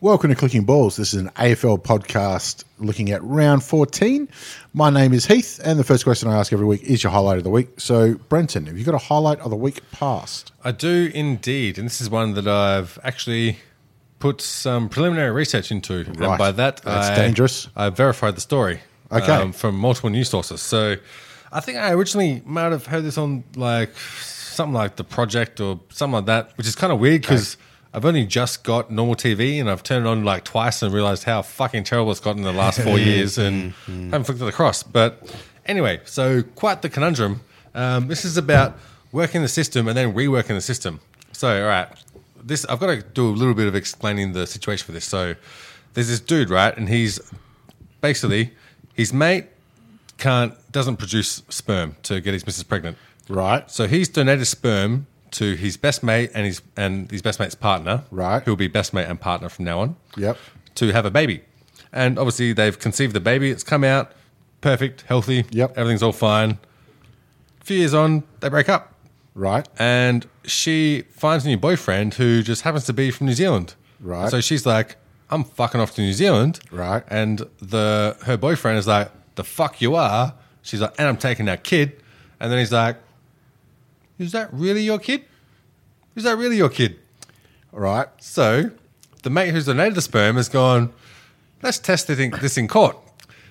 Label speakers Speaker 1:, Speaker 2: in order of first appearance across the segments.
Speaker 1: Welcome to Clicking Balls. This is an AFL podcast looking at round 14. My name is Heath, and the first question I ask every week is your highlight of the week. So, Brenton, have you got a highlight of the week past?
Speaker 2: I do indeed, and this is one that I've actually put some preliminary research into,
Speaker 1: Right.
Speaker 2: and by that,
Speaker 1: That's
Speaker 2: I,
Speaker 1: dangerous.
Speaker 2: I verified the story, um,
Speaker 1: Okay.
Speaker 2: from multiple news sources. So, I think I originally might have heard this on like something like the project or something like that, which is kind of weird because. I've only just got normal TV and I've turned it on like twice and realized how fucking terrible it's gotten in the last four years and haven't flicked it across. But anyway, so quite the conundrum. Um, this is about working the system and then reworking the system. So, all right, this I've got to do a little bit of explaining the situation for this. So, there's this dude, right, and he's basically his mate can't doesn't produce sperm to get his missus pregnant.
Speaker 1: Right.
Speaker 2: So he's donated sperm to his best mate and his and his best mate's partner.
Speaker 1: Right.
Speaker 2: Who'll be best mate and partner from now on.
Speaker 1: Yep.
Speaker 2: To have a baby. And obviously they've conceived the baby, it's come out, perfect, healthy,
Speaker 1: Yep.
Speaker 2: everything's all fine. A few years on, they break up.
Speaker 1: Right.
Speaker 2: And she finds a new boyfriend who just happens to be from New Zealand.
Speaker 1: Right.
Speaker 2: So she's like, I'm fucking off to New Zealand.
Speaker 1: Right.
Speaker 2: And the her boyfriend is like, the fuck you are. She's like, and I'm taking that kid. And then he's like, Is that really your kid? Is that really your kid?
Speaker 1: Right.
Speaker 2: So the mate who's donated the sperm has gone, let's test this in, this in court.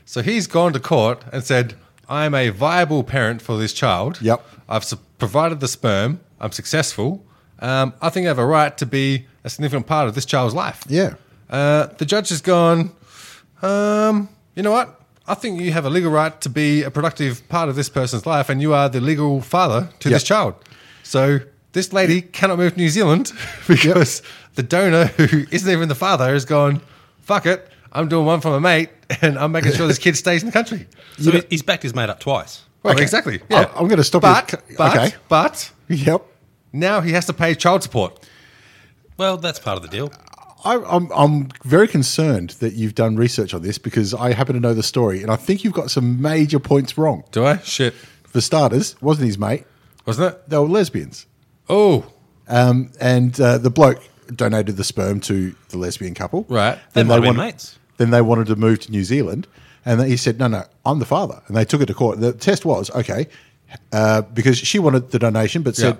Speaker 2: So he's gone to court and said, I'm a viable parent for this child.
Speaker 1: Yep.
Speaker 2: I've su- provided the sperm. I'm successful. Um, I think I have a right to be a significant part of this child's life.
Speaker 1: Yeah.
Speaker 2: Uh, the judge has gone, um, you know what? I think you have a legal right to be a productive part of this person's life, and you are the legal father to
Speaker 1: Yep.
Speaker 2: this child. So this lady cannot move to New Zealand because the donor, who isn't even the father, has gone, fuck it. I'm doing one for my mate, and I'm making sure this kid stays in the country.
Speaker 3: So he's- he's backed his mate up twice.
Speaker 2: Well, exactly.
Speaker 1: I-
Speaker 2: Yeah.
Speaker 1: I'm gonna stop you.
Speaker 2: But,
Speaker 1: C-
Speaker 2: but,
Speaker 1: okay.
Speaker 2: but
Speaker 1: Yep.
Speaker 2: now he has to pay child support.
Speaker 3: Well, that's part of the deal.
Speaker 1: I, I'm, I'm very concerned that you've done research on this because I happen to know the story, and I think you've got some major points wrong.
Speaker 2: Do I? Shit.
Speaker 1: For starters, wasn't his mate,
Speaker 2: Wasn't it?
Speaker 1: they were lesbians.
Speaker 2: Oh,
Speaker 1: Um, and uh, the bloke donated the sperm to the lesbian couple.
Speaker 2: Right.
Speaker 1: Then
Speaker 3: They might
Speaker 1: they,
Speaker 3: have been
Speaker 1: wanted,
Speaker 3: mates.
Speaker 1: then they wanted to move to New Zealand. And then he said, no, no, I'm the father. And they took it to court. The test was, okay, uh, because she wanted the donation, but said,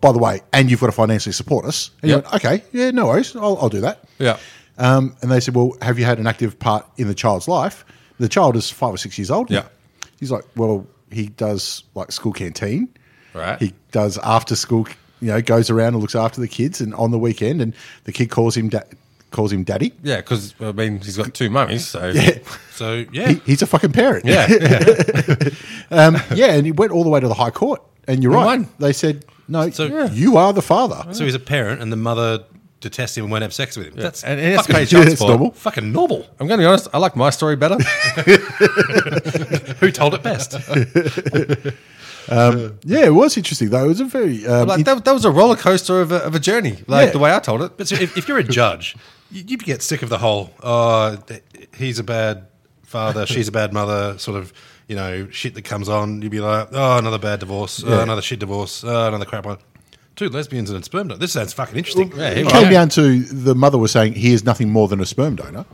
Speaker 1: by the way, and you've got to financially support us. And
Speaker 2: Yeah.
Speaker 1: you went, okay, yeah, no worries. I'll, I'll do that.
Speaker 2: Yeah.
Speaker 1: Um, and they said, well, have you had an active part in the child's life? The child is five or six years old.
Speaker 2: Yeah.
Speaker 1: He's like, well, he does like school canteen.
Speaker 2: Right.
Speaker 1: He does after school, you know, goes around and looks after the kids and on the weekend. And the kid calls him, da- calls him daddy.
Speaker 2: yeah, because, I mean, he's got two mummies, so.
Speaker 3: So yeah,
Speaker 1: He, he's a fucking parent.
Speaker 2: Yeah, yeah.
Speaker 1: Um, yeah. And he went all the way to the high court. And you're
Speaker 2: He
Speaker 1: right.
Speaker 2: won.
Speaker 1: They said, no,
Speaker 3: So- Yeah.
Speaker 1: you are the father.
Speaker 3: so he's a parent, and the mother detests him and won't have sex with him. That's
Speaker 2: and it has to
Speaker 3: fucking,
Speaker 2: pay child
Speaker 1: Yeah, it's
Speaker 2: support.
Speaker 1: normal.
Speaker 3: fucking normal.
Speaker 2: I'm going to be honest. I like my story better.
Speaker 3: Who told it best?
Speaker 1: Yeah, it was interesting, though. It was a very. Um,
Speaker 2: like that, that was a roller coaster of a, of a journey. Like
Speaker 1: Yeah.
Speaker 2: the way I told it.
Speaker 3: But so if, if you're a judge, you, you get sick of the whole "oh, th- he's a bad father, she's a bad mother" sort of you know shit that comes on. You'd be like, "Oh, another bad divorce, oh, another shit divorce, oh, another crap one." Two lesbians and a sperm donor. This sounds fucking interesting.
Speaker 1: it came down to the mother was saying he is nothing more than a sperm donor,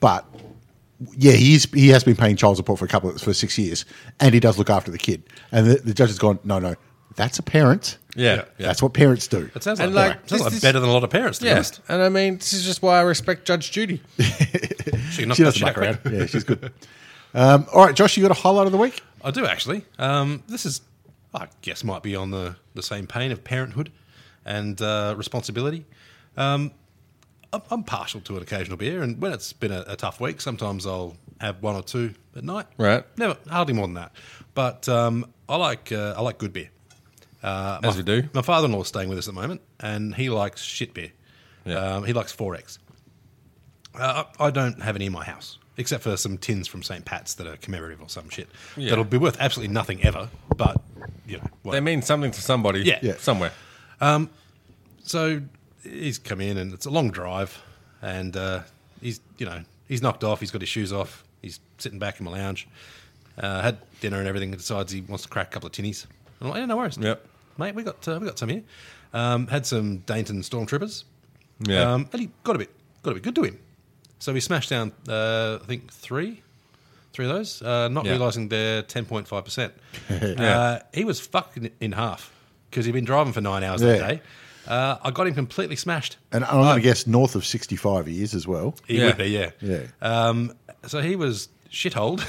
Speaker 1: but yeah, he is, he has been paying child support for a couple of, for six years, and he does look after the kid. And the, the judge has gone, no, no, That's a parent.
Speaker 2: Yeah, yeah.
Speaker 1: That's what parents do.
Speaker 3: It sounds like,
Speaker 2: And
Speaker 3: yeah,
Speaker 2: like,
Speaker 3: it sounds
Speaker 2: this-
Speaker 3: like
Speaker 2: this-
Speaker 3: better than a lot of parents. To be
Speaker 2: Yeah,
Speaker 3: honest,
Speaker 2: and I mean, this is just why I respect Judge Judy.
Speaker 3: she knocked
Speaker 1: She
Speaker 3: that
Speaker 1: doesn't
Speaker 3: shit
Speaker 1: muck
Speaker 3: out quick.
Speaker 1: around. Yeah, she's good. Um, all right, Josh, you got a highlight of the week?
Speaker 3: I do actually. Um, this is, I guess, might be on the, the same pain of parenthood and uh, responsibility. Um, I'm, I'm partial to an occasional beer, and when it's been a, a tough week, sometimes I'll have one or two at night.
Speaker 2: Right.
Speaker 3: Never, hardly more than that. But um, I like uh, I like good beer. Uh,
Speaker 2: As
Speaker 3: my-
Speaker 2: we do.
Speaker 3: My father-in-law is staying with us at the moment, and he likes shit beer.
Speaker 2: Yeah.
Speaker 3: Um, he likes Forex. Uh, I I don't have any in my house, except for some tins from St. Pat's that are commemorative or some shit.
Speaker 2: Yeah.
Speaker 3: That'll be worth absolutely nothing ever, but, you know.
Speaker 2: They
Speaker 3: What.
Speaker 2: mean something to somebody
Speaker 3: Yeah. Yeah.
Speaker 2: somewhere.
Speaker 3: So he's come in, and it's a long drive, and uh, he's, you know, he's knocked off, he's got his shoes off, he's sitting back in my lounge, uh, had dinner and everything, and decides he wants to crack a couple of tinnies. I'm like, yeah, no worries.
Speaker 2: Yep.
Speaker 3: Mate, we got, uh, we got some here. Um, had some Dainton Stormtroopers.
Speaker 2: Yeah.
Speaker 3: Um, and he got a bit, got a bit good to him. So he smashed down, uh, I think three, three of those. Uh, not
Speaker 2: Yeah.
Speaker 3: realizing they're ten point five percent. Uh,
Speaker 2: Yeah.
Speaker 3: He was fucking in half because he'd been driving for nine hours
Speaker 1: Yeah.
Speaker 3: that day. Uh, I got him completely smashed.
Speaker 1: And I'm going to guess north of 65 he is as well.
Speaker 3: He
Speaker 2: Yeah.
Speaker 3: would be, yeah.
Speaker 1: Yeah.
Speaker 3: Um, so he was shitholed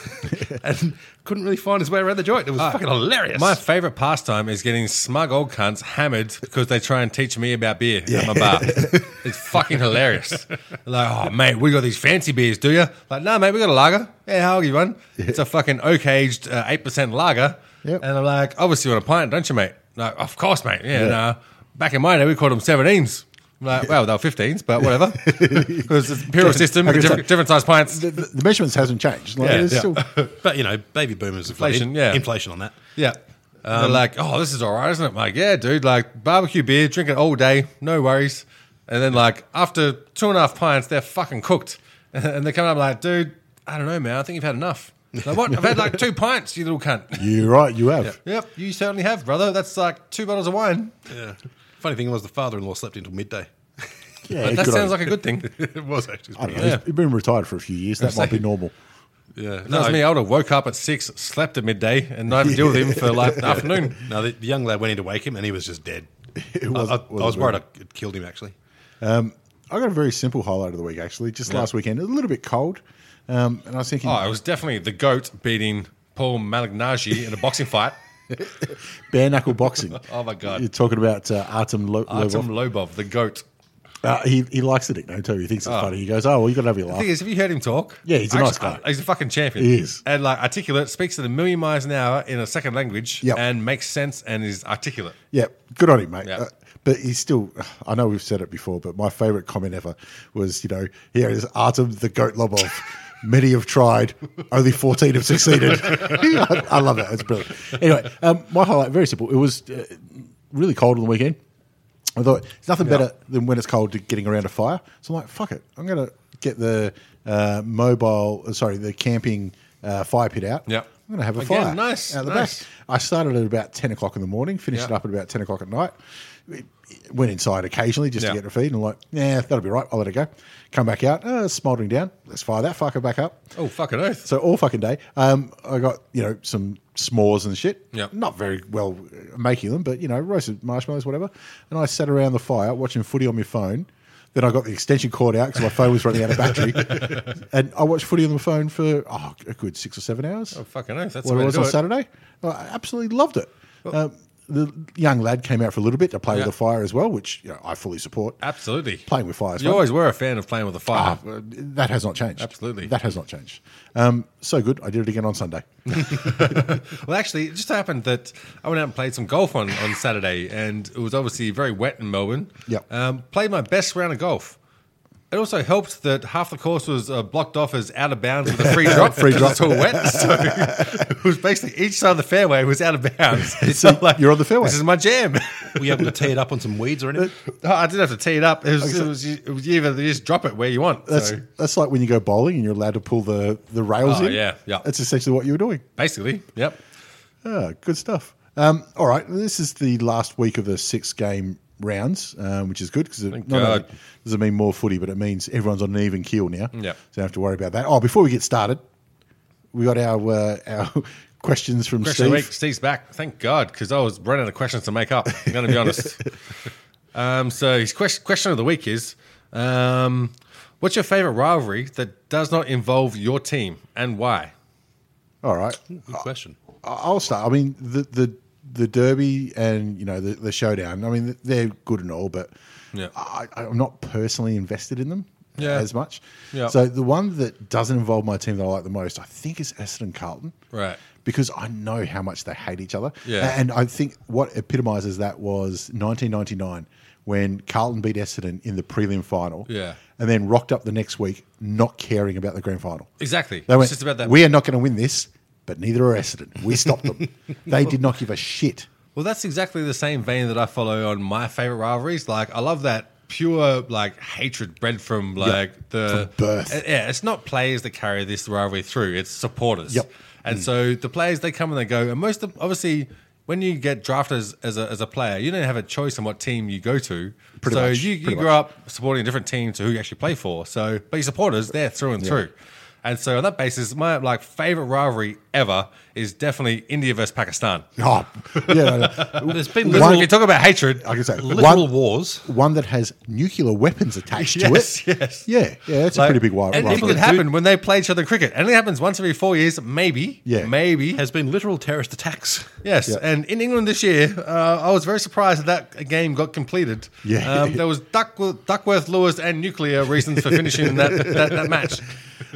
Speaker 3: and couldn't really find his way around the joint. It was fucking hilarious.
Speaker 2: My favorite pastime is getting smug old cunts hammered because they try and teach me about beer at my bar. it's fucking hilarious. Like, oh mate, we got these fancy beers, do you? Like, no, mate, we got a lager. Yeah, how you one? It's a fucking oak aged uh, eight percent lager.
Speaker 1: Yep.
Speaker 2: And I'm like, obviously you want a pint, don't you, mate? Like, of course, mate. Yeah. Nah. Back in my day, we called them seventeens. I'm like, well, they were fifteens, but whatever, because it's imperial system,
Speaker 1: Like I said-
Speaker 2: different, different size pints.
Speaker 1: The, the measurements hasn't changed. Like,
Speaker 2: Yeah,
Speaker 1: it's
Speaker 2: yeah.
Speaker 1: still-
Speaker 3: but, you know, baby boomers,
Speaker 2: Inflation,
Speaker 3: inflation,
Speaker 2: yeah.
Speaker 3: Inflation on that.
Speaker 2: Yeah.
Speaker 1: Um,
Speaker 2: They're like, oh, this is all right, isn't it? I'm like, yeah, dude, like barbecue beer, drink it all day, no worries. And then, like, after two and a half pints, they're fucking cooked. And they come up like, dude, I don't know, man. I think you've had enough. Like, what? I've had like two pints, you little cunt.
Speaker 1: You're right, you have.
Speaker 2: yep, you certainly have, brother. That's like two bottles of wine.
Speaker 3: Yeah. Funny thing was, the father in law slept until midday.
Speaker 1: Yeah,
Speaker 2: But that
Speaker 1: good on
Speaker 2: sounds
Speaker 1: you.
Speaker 2: like a good thing.
Speaker 3: it was actually.
Speaker 1: I don't know.
Speaker 2: Yeah.
Speaker 1: He's been retired for a few years. That might be normal.
Speaker 3: Yeah.
Speaker 2: That was me. I would have woke up at six, slept at midday, and not even deal with him for like the afternoon.
Speaker 3: No, the, the young lad went in to wake him, and he was just dead.
Speaker 1: It was-
Speaker 3: I, I,
Speaker 1: was
Speaker 3: I was worried
Speaker 1: weird.
Speaker 3: I, it killed him actually.
Speaker 1: I got a very simple highlight of the week, actually. Just last weekend, a little bit cold. Um, and I was thinking,
Speaker 2: Oh, it was definitely the goat beating Paul Malignaggi in a boxing fight.
Speaker 1: bare knuckle boxing.
Speaker 2: Oh, my God.
Speaker 1: You're talking about uh, Artem Lo-
Speaker 2: Artem
Speaker 1: Lobov.
Speaker 2: Lobov, the goat.
Speaker 1: Uh, he, he likes the nickname too. He thinks it's funny. He goes, "Oh, well, you got to have your
Speaker 2: The thing
Speaker 1: laugh."
Speaker 2: is, have you heard him talk?
Speaker 1: Yeah, he's a nice guy.
Speaker 2: He's a fucking champion.
Speaker 1: He is.
Speaker 2: And like articulate, speaks at a million miles an hour in a second language
Speaker 1: Yep.
Speaker 2: and makes sense and is articulate.
Speaker 1: Yeah, good on him, mate.
Speaker 2: Yeah.
Speaker 1: Uh, but he's still. I know we've said it before, but my favourite comment ever was, you know, here is Artem the Goat Lobov. Many have tried, only fourteen have succeeded. I, I love that. It's brilliant. Anyway, um, my highlight very simple. It was uh, really cold on the weekend. I thought it's nothing better than when it's cold to getting around a fire. So I'm like, fuck it, I'm gonna get the uh, mobile, uh, sorry, the camping uh, fire pit out.
Speaker 2: Yep.
Speaker 1: I'm gonna have a
Speaker 2: Again,
Speaker 1: fire.
Speaker 2: nice,
Speaker 1: out the
Speaker 2: nice.
Speaker 1: back. I started at about ten o'clock in the morning, finished
Speaker 2: Yeah.
Speaker 1: it up at about ten o'clock at night. Went inside occasionally just
Speaker 2: Yeah.
Speaker 1: to get a feed, and I'm like, yeah, that'll be right. I'll let it go. Come back out, uh, it's smoldering down. Let's fire that fucker back up.
Speaker 2: Oh, fucking oath.
Speaker 1: So all fucking day, um, I got you know some s'mores and shit.
Speaker 2: Yep.
Speaker 1: Not very well uh, making them, but you know roasted marshmallows, whatever. And I sat around the fire watching footy on my phone. Then I got the extension cord out because my phone was running out of battery, and I watched footy on the phone for oh, a good six or seven hours.
Speaker 2: oh, fucking oath. That's
Speaker 1: what
Speaker 2: the way
Speaker 1: it
Speaker 2: to
Speaker 1: was
Speaker 2: do
Speaker 1: on
Speaker 2: it.
Speaker 1: Saturday. Oh, I absolutely loved it. um, the young lad came out for a little bit to play
Speaker 2: Yeah.
Speaker 1: with the fire as well, which you know, I fully support.
Speaker 2: Absolutely.
Speaker 1: Playing with fire is
Speaker 2: You
Speaker 1: fun.
Speaker 2: always were a fan of playing with a fire.
Speaker 1: Ah, that has not changed.
Speaker 2: Absolutely.
Speaker 1: that has not changed. Um, so good. I did it again on Sunday.
Speaker 2: Well, actually, it just happened that I went out and played some golf on, on Saturday, and it was obviously very wet in Melbourne.
Speaker 1: Yep.
Speaker 2: Um, played my best round of golf. It also helped that half the course was uh, blocked off as out of bounds with a free drop.
Speaker 1: Free
Speaker 2: 'cause
Speaker 1: drop.
Speaker 2: It's all wet. So it was basically each side of the fairway was out of bounds. It's
Speaker 1: So you're on the fairway.
Speaker 2: This is my jam.
Speaker 3: Were you able to tee it up on some weeds or anything?
Speaker 2: Oh, I didn't have to tee it up. It was, it was, it was either you just drop it where you want.
Speaker 1: That's
Speaker 2: so
Speaker 1: that's like when you go bowling and you're allowed to pull the the rails
Speaker 2: Oh,
Speaker 1: in.
Speaker 2: yeah, yeah.
Speaker 1: That's essentially what you were doing.
Speaker 2: basically, yep.
Speaker 1: Ah, good stuff. Um, all right, this is the last week of the six game rounds, um, which is good because it not
Speaker 2: God.
Speaker 1: only does it mean more footy, but it means everyone's on an even keel now.
Speaker 2: Yeah.
Speaker 1: so don't have to worry about that. Oh, before we get started, we got our uh, our questions from
Speaker 2: Question of the
Speaker 1: Steve.
Speaker 2: week. Steve's back. Thank God, because I was running out of questions to make up. I'm going to be honest. um, so his question, question of the week is, um, what's your favorite rivalry that does not involve your team and why?
Speaker 1: All right,
Speaker 3: Good question.
Speaker 1: I- I'll start. I mean, the the the derby and you know the, the showdown. I mean, they're good and all, but
Speaker 2: Yeah.
Speaker 1: I, I'm not personally invested in them
Speaker 2: Yeah.
Speaker 1: as much.
Speaker 2: Yeah.
Speaker 1: So the one that doesn't involve my team that I like the most, I think, is Essendon Carlton.
Speaker 2: Right.
Speaker 1: Because I know how much they hate each other.
Speaker 2: Yeah.
Speaker 1: And I think what epitomizes that was 1999 when Carlton beat Essendon in the prelim final.
Speaker 2: Yeah.
Speaker 1: And then rocked up the next week not caring about the grand final.
Speaker 2: Exactly.
Speaker 1: They
Speaker 2: it's
Speaker 1: went,
Speaker 2: just about that.
Speaker 1: We are not going to win this, but neither are Essendon. We stopped them. they did not give a shit.
Speaker 2: Well, that's exactly the same vein that I follow on my favorite rivalries. Like, I love that pure like hatred bred from like the
Speaker 1: from birth.
Speaker 2: Uh, Yeah, it's not players that carry this rivalry through; it's supporters.
Speaker 1: Yep. Mm.
Speaker 2: And so the players they come and they go, and most of, obviously when you get drafted as, as a as a player, you don't have a choice on what team you go to.
Speaker 1: Pretty
Speaker 2: so
Speaker 1: much,
Speaker 2: you, you
Speaker 1: pretty
Speaker 2: grow
Speaker 1: much.
Speaker 2: up supporting a different team to who you actually play for. So, but your supporters they're through and through. And so on that basis, my like favorite rivalry ever is definitely India versus Pakistan.
Speaker 1: Oh, yeah. no, no.
Speaker 3: There's been
Speaker 2: Because
Speaker 1: One-
Speaker 2: if you
Speaker 3: literal,
Speaker 2: talk about hatred,
Speaker 1: I can say
Speaker 3: literal
Speaker 1: one,
Speaker 3: wars.
Speaker 1: one that has nuclear weapons attached
Speaker 2: Yes,
Speaker 1: to it.
Speaker 2: yes.
Speaker 1: Yeah, yeah, that's a
Speaker 2: Like,
Speaker 1: pretty big wi-
Speaker 2: And it
Speaker 1: rivalry.
Speaker 2: could happen when they play each other in cricket. It only happens once every four years, maybe.
Speaker 1: Yeah.
Speaker 2: Maybe.
Speaker 3: Has been literal terrorist attacks.
Speaker 2: yes.
Speaker 1: Yeah.
Speaker 2: And in England this year, uh, I was very surprised that that game got completed.
Speaker 1: Yeah.
Speaker 2: Um, there was Duckworth, Duckworth, Lewis, and nuclear reasons for finishing that, that, that match.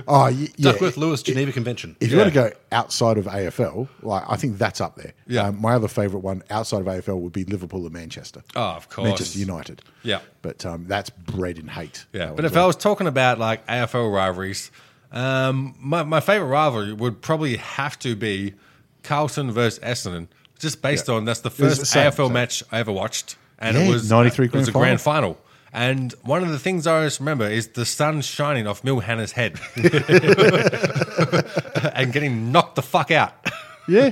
Speaker 1: Oh, y- yeah.
Speaker 3: Duckworth Lewis Geneva Convention.
Speaker 1: If you want
Speaker 2: Yeah.
Speaker 1: to go outside of AFL, like I think that's up there.
Speaker 2: Yeah.
Speaker 1: Um, my other favourite one outside of AFL would be Liverpool and Manchester.
Speaker 2: Oh, of course.
Speaker 1: Manchester United.
Speaker 2: Yeah.
Speaker 1: But um, that's bred in hate.
Speaker 2: Yeah,
Speaker 1: That
Speaker 2: but
Speaker 1: one's
Speaker 2: if I was talking about like AFL rivalries, um, my, my favorite rivalry would probably have to be Carlton versus Essendon, just based on that's the
Speaker 1: was
Speaker 2: first
Speaker 1: the same,
Speaker 2: AFL
Speaker 1: same.
Speaker 2: match I ever watched, and
Speaker 1: Yeah,
Speaker 2: it was uh,
Speaker 1: 93
Speaker 2: It was a
Speaker 1: grand
Speaker 2: grand final. And one of the things I always remember is the sun shining off Mil Hanna's head and getting knocked the fuck out.
Speaker 1: Yeah.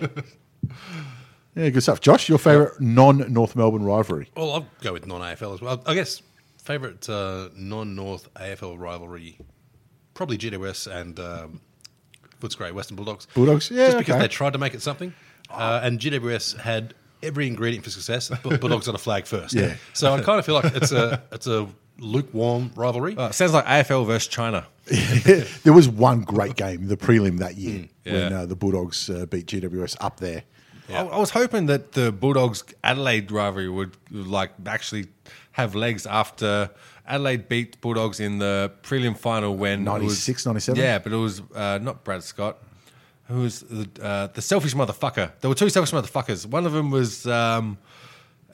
Speaker 1: yeah, good stuff. Josh, your favourite non North Melbourne rivalry?
Speaker 3: Well, I'll go with non AFL as well. I guess favourite uh, non North AFL rivalry, probably GWS and um, Footscray Western Bulldogs.
Speaker 1: Bulldogs, yeah,
Speaker 3: just because
Speaker 1: okay.
Speaker 3: they tried to make it something, uh, and GWS had every ingredient for success. and Bu- Bulldogs got a flag first,
Speaker 1: Yeah.
Speaker 3: So I kind of feel like it's a it's a lukewarm
Speaker 1: Oh,
Speaker 3: rivalry.
Speaker 2: Uh, sounds like AFL versus China.
Speaker 1: there was one great game, the prelim that year, when
Speaker 2: Mm, yeah.
Speaker 1: uh, the Bulldogs uh, beat GWS up there.
Speaker 2: I, I was hoping that the Bulldogs Adelaide rivalry would like actually have legs after Adelaide beat Bulldogs in the prelim final when it was-
Speaker 1: 96, 97?
Speaker 2: Yeah, but it was uh, not Brad Scott. Who was the, uh, the selfish motherfucker? There were two selfish motherfuckers. One of them was um,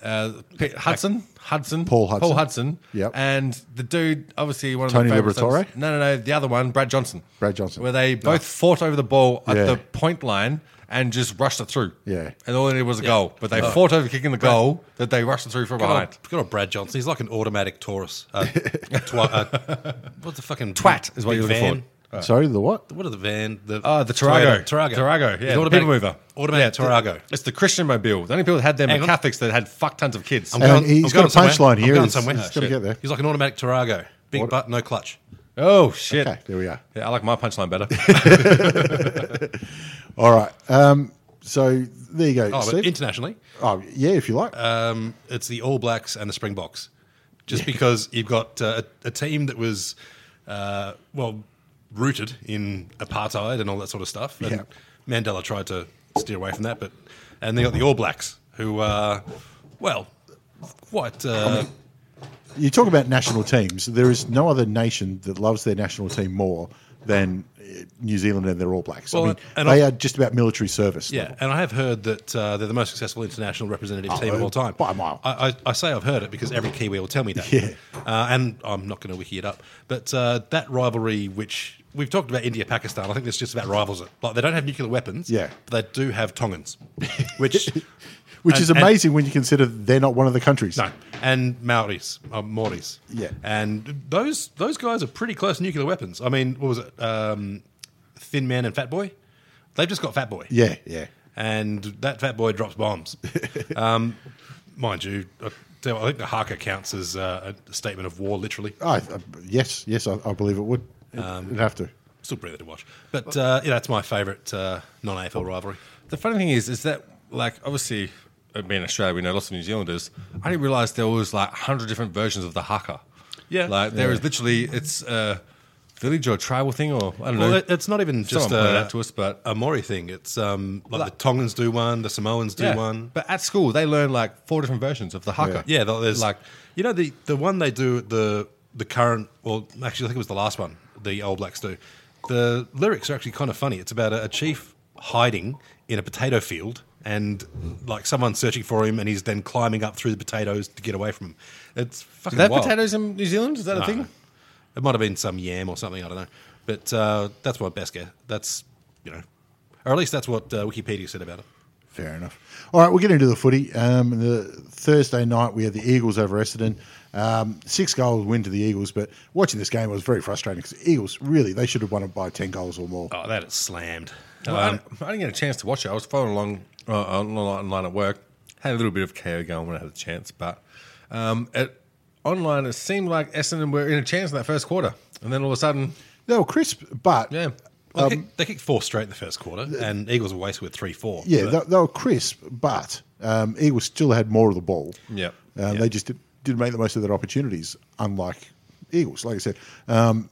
Speaker 2: uh, P- Hudson, Hudson,
Speaker 1: Paul Hudson.
Speaker 2: Paul Hudson.
Speaker 1: Yep.
Speaker 2: And the dude, obviously one of
Speaker 1: Tony
Speaker 2: the favorites-
Speaker 1: Liberatore?
Speaker 2: No, no, no. The other one, Brad Johnson.
Speaker 1: Brad Johnson.
Speaker 2: Where they both fought over the ball at
Speaker 1: Yeah.
Speaker 2: the point line and just rushed it through.
Speaker 1: Yeah.
Speaker 2: And all they did was a goal. But they fought over kicking the goal that they rushed through from
Speaker 3: Good
Speaker 2: behind.
Speaker 3: old, good old Brad Johnson. He's like an automatic Taurus. Uh, twa- uh, what's the fucking
Speaker 2: Twat is what
Speaker 3: big
Speaker 2: you're looking
Speaker 3: van?
Speaker 2: for.
Speaker 1: Sorry, the what?
Speaker 3: What are the van? The
Speaker 2: Oh, the Tarago.
Speaker 3: Tarago.
Speaker 2: Tarago, yeah.
Speaker 3: The
Speaker 2: The
Speaker 3: automatic,
Speaker 2: people mover.
Speaker 3: Automatic Tarago.
Speaker 2: It's the Christian mobile. The only people that had them
Speaker 3: Hang
Speaker 2: were
Speaker 3: on.
Speaker 2: Catholics that had fuck tons of kids.
Speaker 1: Hang on,
Speaker 3: going-
Speaker 1: he's
Speaker 3: going
Speaker 1: got a
Speaker 3: somewhere.
Speaker 1: punchline here.
Speaker 3: I'm going
Speaker 1: He's-
Speaker 3: somewhere.
Speaker 1: he's gotta get there.
Speaker 3: He's like an automatic Tarago. Big butt, no clutch.
Speaker 2: oh, shit.
Speaker 1: Okay, there we are.
Speaker 2: Yeah, I like my punchline better.
Speaker 1: All right. Um, so there you go.
Speaker 3: Oh, but
Speaker 1: Steve.
Speaker 3: internationally,
Speaker 1: oh, yeah, if you like.
Speaker 3: um, it's the All Blacks and the Springboks. Just because you've got uh, a a team that was, uh, well, rooted in apartheid and all that sort of stuff. And
Speaker 1: Yeah.
Speaker 3: Mandela tried to steer away from that, but and they got the All Blacks, who are, well, quite. Uh,
Speaker 1: you talk about national teams. There is no other nation that loves their national team more than uh, New Zealand and their All Blacks.
Speaker 3: Well,
Speaker 1: I mean,
Speaker 3: and
Speaker 1: they
Speaker 3: I-
Speaker 1: are just about military service.
Speaker 3: Yeah,
Speaker 1: level.
Speaker 3: and I have heard that uh, they're the most successful international representative team of all time
Speaker 1: Oh, by a mile.
Speaker 3: I, I, I say I've heard it because every Kiwi will tell me that.
Speaker 1: Yeah.
Speaker 3: uh, and I'm not going to wiki it up, but uh, that rivalry, which we've talked about India Pakistan, I think this just about rivals it. Like they don't have nuclear weapons,
Speaker 1: Yeah.
Speaker 3: but they do have Tongans, which
Speaker 1: Which
Speaker 3: and-
Speaker 1: is
Speaker 3: and-
Speaker 1: amazing when you consider they're not one of the countries.
Speaker 3: no, and Maoris, uh, Maoris.
Speaker 1: Yeah.
Speaker 3: and those those guys are pretty close to nuclear weapons. I mean, what was it? Um, Thin Man and Fat Boy. They've just got Fat Boy
Speaker 1: Yeah, yeah.
Speaker 3: and that fat boy drops bombs. um, mind you, I, tell you what, I think the haka counts as uh, a statement of war, literally. Um,
Speaker 1: I, uh, yes, yes, I, I believe it would. It, would have to.
Speaker 3: Still pretty good to watch. But uh, yeah, that's my favourite uh, non AFL rivalry.
Speaker 2: The funny thing is, is that like obviously, uh, being Australia, we know lots of New Zealanders. I didn't realize there was like hundred different versions of the haka.
Speaker 3: Yeah.
Speaker 2: like there is literally it's a village or tribal thing, or I don't
Speaker 3: Well,
Speaker 2: know.
Speaker 3: it- it's not even just
Speaker 2: Someone pointed
Speaker 3: a,
Speaker 2: out to us, but-
Speaker 3: a Maori thing. It's um, like,
Speaker 2: Like-
Speaker 3: the Tongans do one, the Samoans do
Speaker 2: Yeah.
Speaker 3: one.
Speaker 2: But at school, they learn like four different versions of the haka.
Speaker 3: Yeah, though there's
Speaker 2: like
Speaker 3: like you know the the one they do at the the current. Well, actually, I think it was the last one the All Blacks do. The lyrics are actually kind of funny. It's about a, a chief hiding in a potato field and like someone's searching for him, and he's then climbing up through the potatoes to get away from him. It's fucking
Speaker 2: do they have
Speaker 3: wild.
Speaker 2: potatoes in New Zealand? Is that a
Speaker 3: No.
Speaker 2: thing?
Speaker 3: It might have been some yam or something. I don't know. But uh, that's my best guess. That's you know, or at least that's what uh, Wikipedia said about it.
Speaker 1: Fair enough. All right, we're getting into the footy. Um, the Thursday night, we had the Eagles over Essendon. Um, six goals win to the Eagles, but watching this game was very frustrating because the Eagles really they should have won it by ten goals or more.
Speaker 3: Oh, that is slammed.
Speaker 2: Well, I,
Speaker 3: um,
Speaker 2: didn't- I didn't get a chance to watch it. I was following along uh, on- online at work. Had a little bit of KO going when I had a chance, but um, it, online it seemed like Essendon were in a chance in that first quarter, and then all of a sudden,
Speaker 1: They were crisp, but
Speaker 2: yeah, Um,
Speaker 3: Well, they, kicked, they kicked four straight in the first quarter, and Eagles were wasted with three four.
Speaker 1: yeah, they, they were crisp, but um, Eagles still had more of the ball.
Speaker 2: Yep.
Speaker 1: Um, they just did, didn't make the most of their opportunities. Unlike Eagles, like I said, um,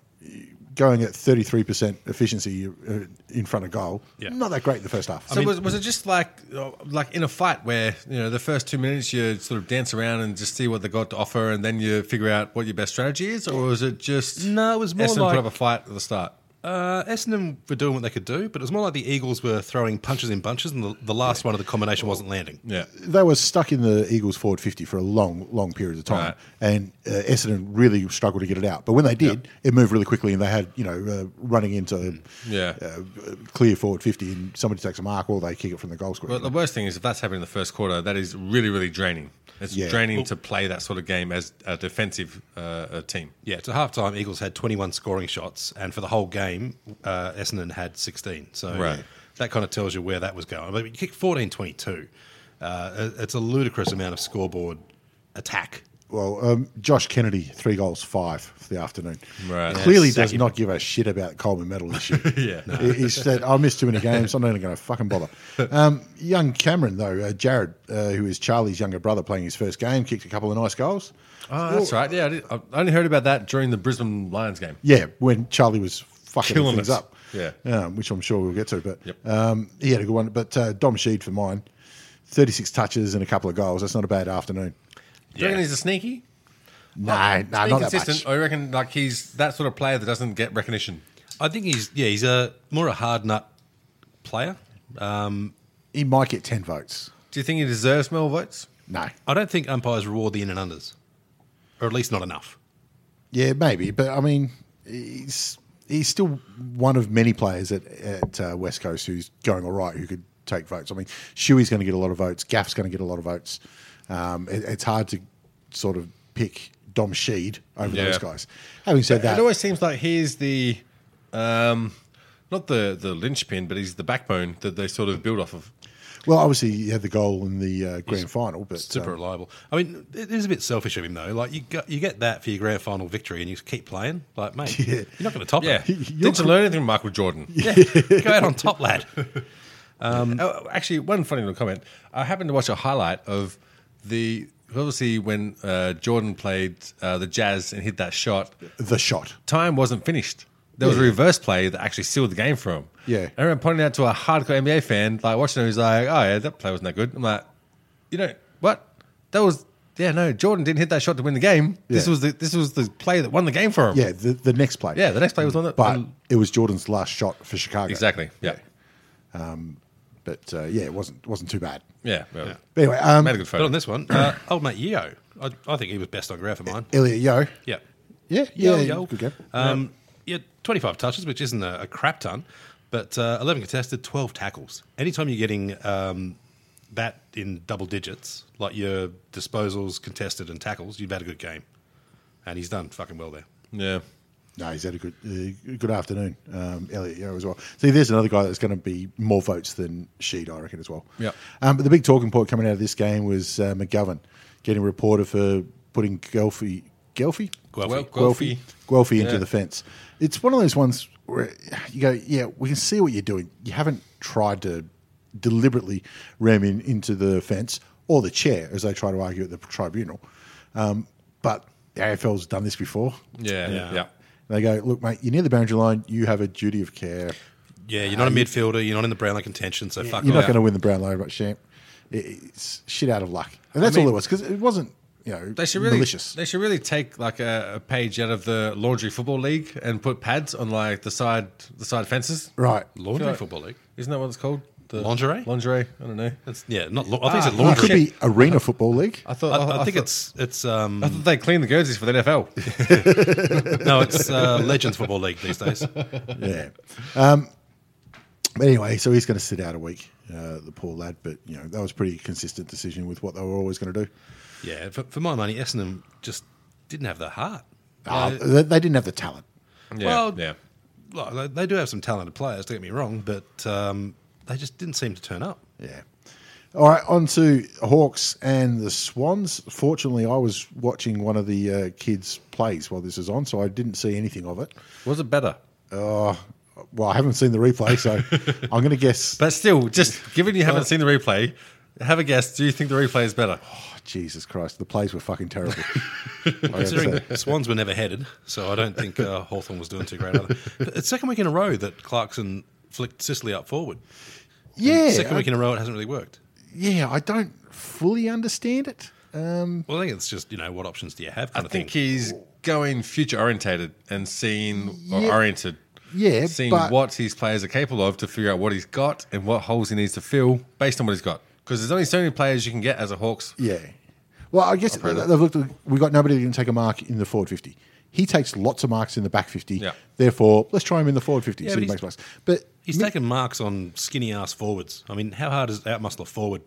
Speaker 1: going at thirty three percent efficiency uh, in front of goal,
Speaker 3: Yeah.
Speaker 1: not that great in the first half.
Speaker 2: So was, was it just like uh, like in a fight where you know the first two minutes you sort of dance around and just see what they got to offer, and then you figure out what your best strategy is, or was it just
Speaker 3: No, it was more
Speaker 2: Essendon
Speaker 3: like-
Speaker 2: put up a fight at the start?
Speaker 3: uh, Essendon were doing what they could do, but it was more like the Eagles were throwing punches in bunches, and the, the last one of the combination wasn't landing.
Speaker 2: Yeah,
Speaker 1: they were stuck in the Eagles forward 50 for a long, long period of time.
Speaker 2: Right.
Speaker 1: And uh, Essendon really struggled to get it out. But when they did, it moved really quickly and they had, you know, uh, running into
Speaker 2: yeah.
Speaker 1: uh, clear forward 50 and somebody takes a mark or they kick it from the goal square.
Speaker 2: But the worst thing is if that's happening in the first quarter, that is really, really draining. It's
Speaker 1: Yeah.
Speaker 2: draining to play that sort of game as a defensive uh, uh, team.
Speaker 3: Yeah, to halftime, Eagles had 21 scoring shots, and for the whole game, uh, Essendon had 16. So
Speaker 2: Right.
Speaker 3: that kind of tells you where that was going. But you kick 14 22. Uh, it- it's a ludicrous amount of scoreboard attack.
Speaker 1: well, um, Josh Kennedy, three goals, five for the afternoon.
Speaker 2: Right.
Speaker 1: Clearly
Speaker 3: Yeah, sack
Speaker 1: does
Speaker 3: him.
Speaker 1: not give a shit about Coleman medal this year.
Speaker 2: Yeah.
Speaker 1: He- he said, I missed too many games. I'm not even going to fucking bother. Um, young Cameron, though, uh, Jared, uh, who is Charlie's younger brother playing his first game, kicked a couple of nice goals.
Speaker 2: Oh, that's right. Yeah, I, did, I only heard about that during the Brisbane Lions game.
Speaker 1: Yeah, when Charlie was fucking
Speaker 2: Killing
Speaker 1: things
Speaker 2: us.
Speaker 1: up.
Speaker 2: Yeah.
Speaker 1: um, which I'm sure we'll get to. But
Speaker 2: Yep.
Speaker 1: um, he had a good one. But uh, Dom Sheed for mine, 36 touches and a couple of goals. That's not a bad afternoon.
Speaker 2: Do you reckon he's a sneaky?
Speaker 1: No, no, not that
Speaker 2: Inconsistent.
Speaker 1: much.
Speaker 2: I reckon like he's that sort of player that doesn't get recognition.
Speaker 3: I think he's, yeah, he's a more a hard nut player.
Speaker 1: He might get 10 votes.
Speaker 2: Do you think he deserves more votes?
Speaker 1: No.
Speaker 3: I don't think umpires reward the in and unders, or at least not enough.
Speaker 1: Yeah, maybe. But I mean, he's he's still one of many players at, at uh, West Coast who's going all right, who could take votes. I mean, Shuey's going to get a lot of votes. Gaff's going to get a lot of votes. Um, it, it's hard to sort of pick Dom Sheed over
Speaker 2: Yeah.
Speaker 1: those guys. Having said that,
Speaker 2: It always seems like he's the, um, not the the linchpin, but he's the backbone that they sort of build off of.
Speaker 1: well, obviously he had the goal in the uh, grand final, but
Speaker 3: Super
Speaker 1: um,
Speaker 3: reliable. I mean, it is a bit selfish of him though. Like you, got, you get that for your grand final victory, and you just keep playing. Like, mate, you're not going to top
Speaker 2: Yeah,
Speaker 3: it.
Speaker 2: didn't you learn anything from Michael Jordan?
Speaker 3: Go out on top, lad.
Speaker 2: Oh, actually, one funny little comment. I happened to watch a highlight of the obviously when uh, Jordan played uh, the Jazz and hit that shot.
Speaker 1: the shot.
Speaker 2: Time wasn't finished. There was a reverse play that actually sealed the game for him.
Speaker 1: Yeah.
Speaker 2: I remember pointing out to a hardcore NBA fan, like watching him, he's like, "Oh yeah, that play wasn't that good." I'm like, "You know what? That was yeah, no. Jordan didn't hit that shot to win the game. This
Speaker 1: Yeah.
Speaker 2: was the this was the play that won the game for him.
Speaker 1: Yeah, the, the next play.
Speaker 2: yeah. The next play was on that,
Speaker 1: but it was Jordan's last shot for Chicago.
Speaker 2: exactly. Yeah,
Speaker 1: But uh, yeah, it wasn't wasn't too bad.
Speaker 2: yeah. well,
Speaker 1: But anyway, um,
Speaker 2: Made a good
Speaker 3: But
Speaker 2: photo.
Speaker 3: on this one, uh, old mate Yeo, I, I think he was best on ground for mine.
Speaker 1: Elliot Yo.
Speaker 3: Yeah,
Speaker 1: Yeah, yeah,
Speaker 3: Yeo,
Speaker 1: yeah
Speaker 3: Yeo.
Speaker 1: good game.
Speaker 3: Um, yeah, twenty-five touches, which isn't a, a crap ton, but uh, eleven contested, twelve tackles. Anytime you're getting um, that in double digits, like your disposals, contested, and tackles, you've had a good game, and he's done fucking well there.
Speaker 2: yeah.
Speaker 1: No, he's had a good uh, good afternoon, um, Elliot Yo as well. See, there's another guy that's going to be more votes than Sheed, I reckon, as well.
Speaker 2: Yeah.
Speaker 1: Um, but the big talking point coming out of this game was uh, McGovern getting reported for putting Gelfie, Gelfie,
Speaker 3: Guelphy.
Speaker 2: Well,
Speaker 1: Guelphy,
Speaker 2: Guelphy.
Speaker 1: Guelphy into
Speaker 2: Yeah.
Speaker 1: the fence. It's one of those ones where you go, yeah, we can see what you're doing. You haven't tried to deliberately ram in into the fence or the chair, as they try to argue at the tribunal. Um, but the AFL's done this before.
Speaker 2: Yeah, yeah. yeah.
Speaker 1: They go, look, mate, you're near the boundary line. You have a duty of care.
Speaker 3: yeah, you're not a midfielder. You're not in the Brownlow contention. So fuck
Speaker 1: Uh, You're not
Speaker 3: off.
Speaker 1: going to win the Brownlow, but champ. It- It's shit out of luck, and that's
Speaker 2: mean-
Speaker 1: all it was because it wasn't, you know,
Speaker 2: They should really
Speaker 1: malicious.
Speaker 2: They should really take like a, a page out of the laundry football league and put pads on like the side the side fences.
Speaker 1: right?
Speaker 3: Laundry
Speaker 2: Feel like-
Speaker 3: football league.
Speaker 2: Isn't that what it's called? The
Speaker 3: Lingerie?
Speaker 2: Lingerie. I don't know.
Speaker 3: It's, yeah, not. Law- I think it's a
Speaker 1: Well, it
Speaker 3: laundry.
Speaker 1: could be arena football league.
Speaker 2: I thought.
Speaker 3: I, I think
Speaker 2: thought-
Speaker 3: it's it's um
Speaker 2: I thought they clean the jerseys for the NFL.
Speaker 3: no, it's uh, Legends Football League these days.
Speaker 1: yeah. Um, but anyway, so he's going to sit out a week, uh, the poor lad. But you know that was a pretty consistent decision with what they were always going to do.
Speaker 3: Yeah, for, for my money, Essendon just didn't have the heart.
Speaker 1: Ah, they, they didn't have the talent.
Speaker 2: yeah,
Speaker 3: Well-
Speaker 2: yeah.
Speaker 3: Like, they- they do have some talented players. Don't get me wrong, but um, they just didn't seem to turn up.
Speaker 1: Yeah. All right, on to Hawks and the Swans. Fortunately, I was watching one of the uh, kids' plays while this was on, so I didn't see anything of it. Oh,
Speaker 2: Was it better?
Speaker 1: Well, I haven't seen the replay, so I'm going to guess.
Speaker 2: But still, just given you haven't seen the replay, have a guess. Do you think the replay is better?
Speaker 1: Oh, Jesus Christ, the plays were fucking terrible. I gotta
Speaker 3: Considering
Speaker 1: say.
Speaker 3: the Swans were never headed, so I don't think uh, Hawthorn was doing too great. Either. But it's second week in a row that Clarkson flicked Sicily up forward.
Speaker 1: yeah,
Speaker 3: second
Speaker 1: I-
Speaker 3: week in a row, it hasn't really worked.
Speaker 1: yeah, I don't fully understand it. Um,
Speaker 3: Well, I think it's just you know what options do you have?
Speaker 2: I
Speaker 3: Kind of thing.
Speaker 2: think he's going future orientated and seeing
Speaker 1: Yeah.
Speaker 2: or oriented.
Speaker 1: Yeah,
Speaker 2: seeing
Speaker 1: but-
Speaker 2: what his players are capable of to figure out what he's got and what holes he needs to fill based on what he's got. Because there's only so many players you can get as a Hawks.
Speaker 1: Yeah. Well, I guess they've looked. at- We got nobody that can take a mark in the forward fifty. He takes lots of marks in the back fifty.
Speaker 2: Yeah.
Speaker 1: Therefore, let's try him in the forward fifty.
Speaker 3: Yeah,
Speaker 1: see
Speaker 3: but
Speaker 1: if he
Speaker 3: he's-
Speaker 1: makes marks. But
Speaker 3: he's taken marks on skinny ass forwards. I mean, how hard is outmuscle a forward?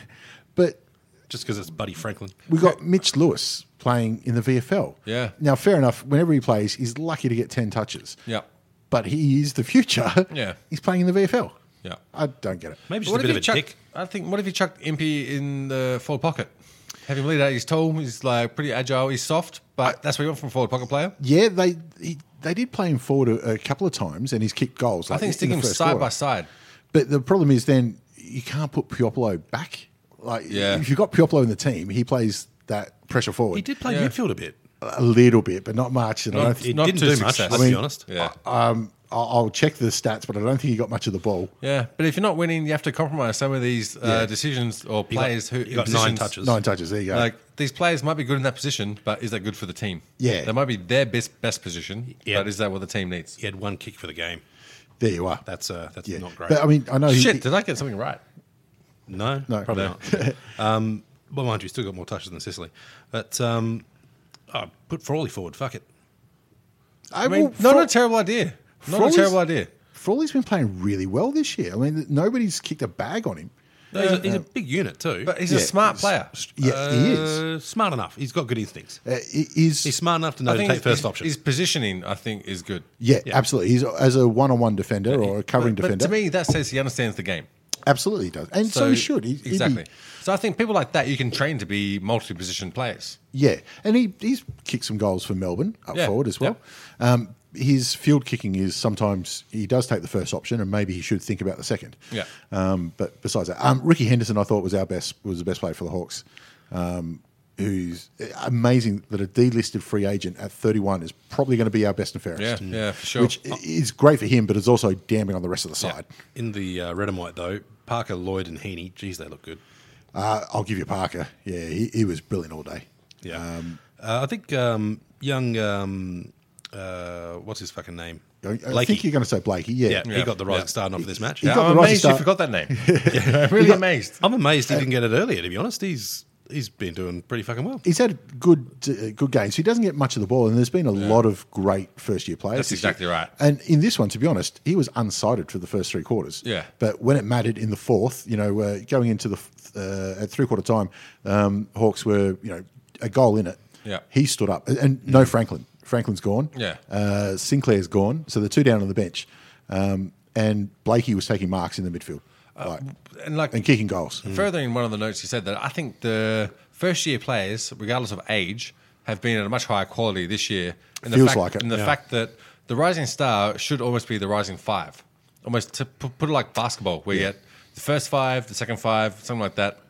Speaker 1: but
Speaker 3: Just because it's Buddy Franklin.
Speaker 1: we got Mitch Lewis playing in the VFL.
Speaker 2: Yeah.
Speaker 1: Now, fair enough. Whenever he plays, he's lucky to get ten touches.
Speaker 2: Yeah.
Speaker 1: But he is the future.
Speaker 2: Yeah.
Speaker 1: He's playing in the VFL.
Speaker 2: Yeah.
Speaker 1: I don't get it.
Speaker 3: Maybe just
Speaker 2: What
Speaker 3: a
Speaker 2: if
Speaker 3: bit
Speaker 2: you
Speaker 3: of a
Speaker 2: chucked?
Speaker 3: dick.
Speaker 2: I think. What if you chucked Impy in the forward pocket? Have him lead out. He's tall. He's like pretty agile. He's soft, but that's what you want from a forward pocket player.
Speaker 1: Yeah, they he, they did play him forward a, a couple of times, and he's kicked goals.
Speaker 2: I
Speaker 1: like, in
Speaker 2: think
Speaker 1: the
Speaker 2: sticking him
Speaker 1: first
Speaker 2: side
Speaker 1: quarter.
Speaker 2: by side.
Speaker 1: But the problem is then you can't put Piopolo back. Like
Speaker 2: Yeah.
Speaker 1: if you've got Piopolo in the team, he plays that pressure forward
Speaker 3: He did play
Speaker 2: Yeah.
Speaker 3: midfield a bit.
Speaker 1: a little bit, but not much. And I don't
Speaker 3: He
Speaker 1: think,
Speaker 2: Not
Speaker 3: didn't
Speaker 2: too
Speaker 3: do much.
Speaker 2: successful.
Speaker 3: Let's
Speaker 2: I
Speaker 3: be
Speaker 2: mean,
Speaker 3: honest.
Speaker 2: Yeah.
Speaker 1: um, I'll, I'll check the stats, but I don't think he got much of the ball.
Speaker 2: Yeah, but if you're not winning, you have to compromise some of these uh, decisions or
Speaker 3: He got-
Speaker 2: players who
Speaker 3: he got
Speaker 2: in
Speaker 3: nine
Speaker 2: positions-
Speaker 3: touches.
Speaker 1: Nine touches. There you go.
Speaker 2: Like these players might be good in that position, but is that good for the team?
Speaker 1: Yeah.
Speaker 2: that might be their best best position,
Speaker 3: Yeah.
Speaker 2: but is that what the team needs?
Speaker 3: He had one kick for the game.
Speaker 1: there you are.
Speaker 3: That's uh, that's
Speaker 1: yeah.
Speaker 3: not great.
Speaker 1: But I mean, I
Speaker 3: Oh,
Speaker 1: know. he-
Speaker 2: Shit, did I get something right?
Speaker 3: no,
Speaker 1: No.
Speaker 3: probably
Speaker 1: No.
Speaker 3: not. um, well, mind you, he's still got more touches than Sicily. But um, oh, put Frawley forward. Fuck it.
Speaker 1: I,
Speaker 2: I mean,
Speaker 1: will-
Speaker 2: not
Speaker 1: Fra-
Speaker 2: a terrible idea. Not
Speaker 1: Frawley's-
Speaker 2: a terrible idea.
Speaker 1: Frawley's been playing really well this year. I mean, nobody's kicked a bag on him.
Speaker 3: No, he's, a, he's a big unit too.
Speaker 2: But he's
Speaker 1: Yeah,
Speaker 2: a smart
Speaker 1: s-
Speaker 2: player.
Speaker 1: Yeah, he is.
Speaker 3: Uh, smart enough. He's got good instincts.
Speaker 1: Uh, he is
Speaker 3: He's smart enough to know to take
Speaker 2: his-
Speaker 3: first
Speaker 2: his-
Speaker 3: option.
Speaker 2: His positioning, I think, is good.
Speaker 1: yeah, absolutely. He's as a one-on-one defender or a covering
Speaker 2: But-
Speaker 1: defender.
Speaker 2: But to me, that says he understands the game.
Speaker 1: absolutely he does, and so, he should. He- he'd be-
Speaker 2: exactly. So I think people like that you can train to be multi-position players.
Speaker 1: Yeah, and he he's kicked some goals for Melbourne up
Speaker 2: Yeah,
Speaker 1: forward as well. Um, his field kicking is sometimes he does take the first option, and maybe he should think about the second.
Speaker 2: Yeah.
Speaker 1: Um, but besides that, um, Ricky Henderson, I thought was our best was the best player for the Hawks. Um, who's amazing that a delisted free agent at 31 is probably going to be our best and fairest.
Speaker 2: Yeah,
Speaker 3: Mm.
Speaker 2: yeah, for sure.
Speaker 1: Which is great for him, but it's also damning on the rest of the
Speaker 2: Yeah.
Speaker 1: side.
Speaker 3: In the uh, red and white though, Parker, Lloyd, and Heaney. Geez, they look good.
Speaker 1: Uh, I'll give you Parker. Yeah, he, he was brilliant all day.
Speaker 3: Yeah. uh, I think um, young. Um, uh, what's his fucking name?
Speaker 1: I, I
Speaker 3: Blakey.
Speaker 1: think you're going to say Blakey.
Speaker 3: yeah, he
Speaker 2: Yeah.
Speaker 3: got the rising
Speaker 2: Yeah.
Speaker 3: star off for this match.
Speaker 1: He
Speaker 2: Yeah,
Speaker 1: got
Speaker 2: I'm
Speaker 1: the
Speaker 2: amazed
Speaker 1: roster
Speaker 2: you forgot that name. I'm really amazed.
Speaker 3: I'm amazed he didn't get it earlier. To be honest, he's he's been doing pretty fucking well.
Speaker 1: he's had good uh, good games. He doesn't get much of the ball, and there's been a lot of great first year players.
Speaker 2: That's
Speaker 1: this year.
Speaker 2: exactly right.
Speaker 1: And in this one, to be honest, he was unsighted for the first three quarters.
Speaker 2: Yeah.
Speaker 1: But when it mattered in the fourth, you know, uh, going into the f- uh, at three quarter time, um, Hawks were you know a goal in it.
Speaker 2: Yeah. Mm.
Speaker 1: He stood up, and, and no Franklin. Franklin's gone.
Speaker 2: Yeah.
Speaker 1: Uh, Sinclair's gone. So the two down on the bench, um, and Blakey was taking marks in the midfield,
Speaker 2: Uh,
Speaker 1: like,
Speaker 2: And like
Speaker 1: and kicking
Speaker 2: Mm.
Speaker 1: goals.
Speaker 2: Further in one of the notes, you said that I think the first year players, regardless of age, have been at a much higher quality this year. And
Speaker 1: Feels
Speaker 2: the fact,
Speaker 1: like it,
Speaker 2: And the
Speaker 1: yeah.
Speaker 2: fact that the Rising Star should almost be the Rising Five, almost to p- put it like basketball, where you get the first five, the second five, something like that,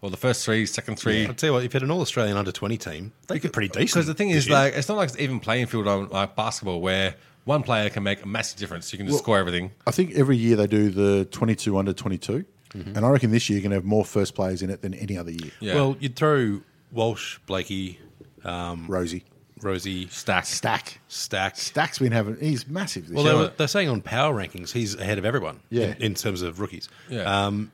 Speaker 2: or the first three, second three.
Speaker 3: I'll tell you what, if you had an All Australian under 20 team, they could pretty decent.
Speaker 2: Because the thing
Speaker 3: this
Speaker 2: is,
Speaker 3: year.
Speaker 2: like, it's not like it's even playing field on like basketball where one player can make a massive difference. You can just score everything.
Speaker 1: I think every year they do the 22 under 22.
Speaker 3: Mm-hmm.
Speaker 1: And I reckon this year you're going to have more first players in it than any other year.
Speaker 2: Yeah.
Speaker 3: well, you'd throw Walsh, Blakey, um,
Speaker 1: Rosie.
Speaker 3: Rosie,
Speaker 2: stack.
Speaker 1: Stack.
Speaker 3: Stack.
Speaker 1: Stack's been having, he's massive this
Speaker 3: Well,
Speaker 1: year.
Speaker 3: they were, they're saying on power rankings, he's ahead of everyone.
Speaker 1: Yeah.
Speaker 3: in, in terms of rookies.
Speaker 2: Yeah.
Speaker 3: Um,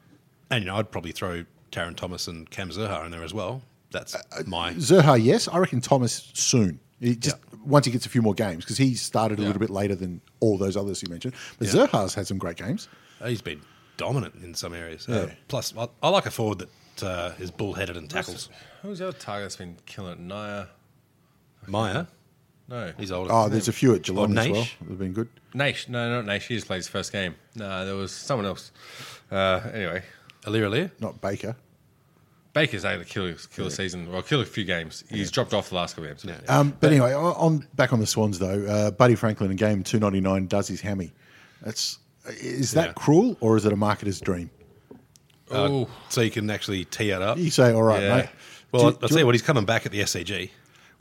Speaker 3: and you know, I'd probably throw Taron Thomas and Cam Zerha in there as well.
Speaker 1: Uh,
Speaker 3: That's my
Speaker 1: Zerha, yes. I reckon Thomas soon. He just once he gets a few more games because he started a little bit later than all those others you mentioned. But Zerha's had some great games.
Speaker 3: He's been dominant in some areas. Uh, plus, I, I like a forward that uh, is bullheaded and tackles.
Speaker 2: Who's the other target that's been killing it? Naya?
Speaker 3: Maya,
Speaker 2: No.
Speaker 3: he's older.
Speaker 1: Oh, there's a few at
Speaker 3: Or
Speaker 1: Geelong as
Speaker 3: Naish.
Speaker 1: well. They've been good.
Speaker 2: Nash. No, not Nash. He just plays first game. No, there was someone else. Uh, anyway,
Speaker 3: Alir Alir.
Speaker 1: Not Baker.
Speaker 2: Baker's able to kill, kill a season, well, kill a few games. He's dropped off the last couple of games.
Speaker 1: Um, but anyway, on- on back on the Swans though, uh, Buddy Franklin in game two ninety nine does his hammy. That's is that
Speaker 3: Yeah.
Speaker 1: cruel or is it a marketer's dream?
Speaker 2: Oh,
Speaker 3: uh, So you can actually tee it up.
Speaker 1: You say, all right,
Speaker 2: Yeah.
Speaker 1: mate.
Speaker 3: Well,
Speaker 1: Do-
Speaker 3: I'll
Speaker 1: do-
Speaker 3: tell you what, he's coming back at the SCG.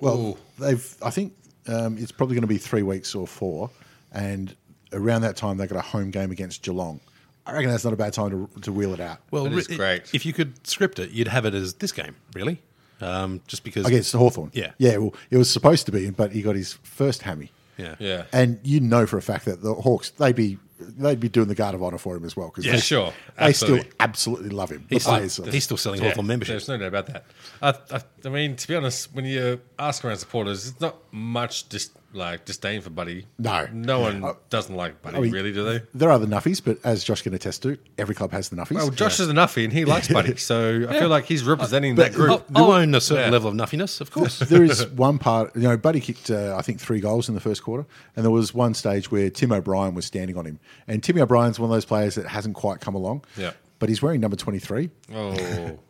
Speaker 1: Well, they've. I think um, it's probably going to be three weeks or four, and around that time they got a home game against Geelong. I reckon that's not a bad time to, to wheel it out.
Speaker 3: Well,
Speaker 2: That is
Speaker 3: re-
Speaker 2: great.
Speaker 3: If you could script it, you'd have it as this game, really. Um, just because.
Speaker 1: against Hawthorn.
Speaker 3: Yeah.
Speaker 1: yeah. Well, it was supposed to be, but he got his first hammy.
Speaker 3: Yeah.
Speaker 2: yeah.
Speaker 1: And you know for a fact that the Hawks they'd be they'd be doing the guard of honor for him as well because
Speaker 2: Yeah, sure.
Speaker 1: they still
Speaker 2: Absolutely.
Speaker 1: absolutely love him. The
Speaker 3: He's still,
Speaker 1: players,
Speaker 3: he's still selling Hawthorn memberships.
Speaker 2: There's no doubt about that. I, I, I mean, to be honest, when you ask around supporters, it's not much dis, like disdain for Buddy.
Speaker 1: No.
Speaker 2: no one doesn't like Buddy,
Speaker 1: mean,
Speaker 2: really, do they?
Speaker 1: there are the nuffies, but as Josh can attest to, every club has the nuffies.
Speaker 2: Well, Oh, Josh is an Uffy, and he likes Buddy, so I feel like
Speaker 3: Uh,
Speaker 2: he's representing that group.
Speaker 3: I'll, I'll own a certain
Speaker 2: Oh, Yeah.
Speaker 3: level of nuffiness, of course.
Speaker 1: there is one part, you know, Buddy kicked, uh, I think, three goals in the first quarter. And there was one stage where Tim O'Brien was standing on him. And Timmy O'Brien's one of those players that hasn't quite come along.
Speaker 2: Yeah.
Speaker 1: But he's wearing number 23.
Speaker 2: Oh,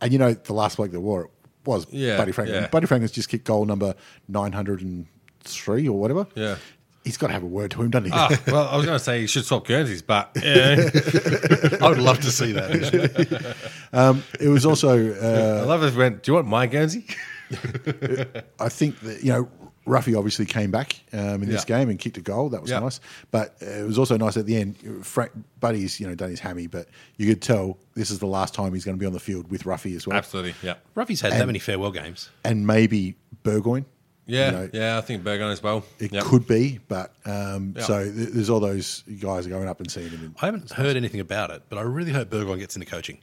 Speaker 1: And, you know, the last bloke that wore it was
Speaker 2: Yeah,
Speaker 1: Buddy Franklin.
Speaker 2: yeah.
Speaker 1: Buddy Franklin's just kicked goal number 903 or whatever.
Speaker 2: Yeah.
Speaker 1: He's got to have a word to him, doesn't he?
Speaker 2: Ah, well, I was going to say you should swap Guernseys, but yeah.
Speaker 3: I would love to see that. Actually.
Speaker 1: it was also, uh,
Speaker 2: I love it. Went, do you want my Guernsey?
Speaker 1: I think that, you know, Ruffy obviously came back um, in this
Speaker 2: Yeah.
Speaker 1: game and kicked a goal. That was
Speaker 2: Yeah.
Speaker 1: nice. But uh, it was also nice at the end. Frank, Buddy's, you know, done his hammy, but you could tell this is the last time he's going to be on the field with Ruffy as well.
Speaker 2: Absolutely, yeah,
Speaker 3: Ruffy's had that many farewell games.
Speaker 1: And maybe Burgoyne.
Speaker 2: yeah,
Speaker 1: you know,
Speaker 2: yeah. I think Bergon as well.
Speaker 1: It
Speaker 2: Yep.
Speaker 1: could be, but um,
Speaker 2: Yeah.
Speaker 1: so th- there's all those guys going up and seeing him. And,
Speaker 3: I haven't heard anything about it, but I really hope Burgoyne gets into coaching.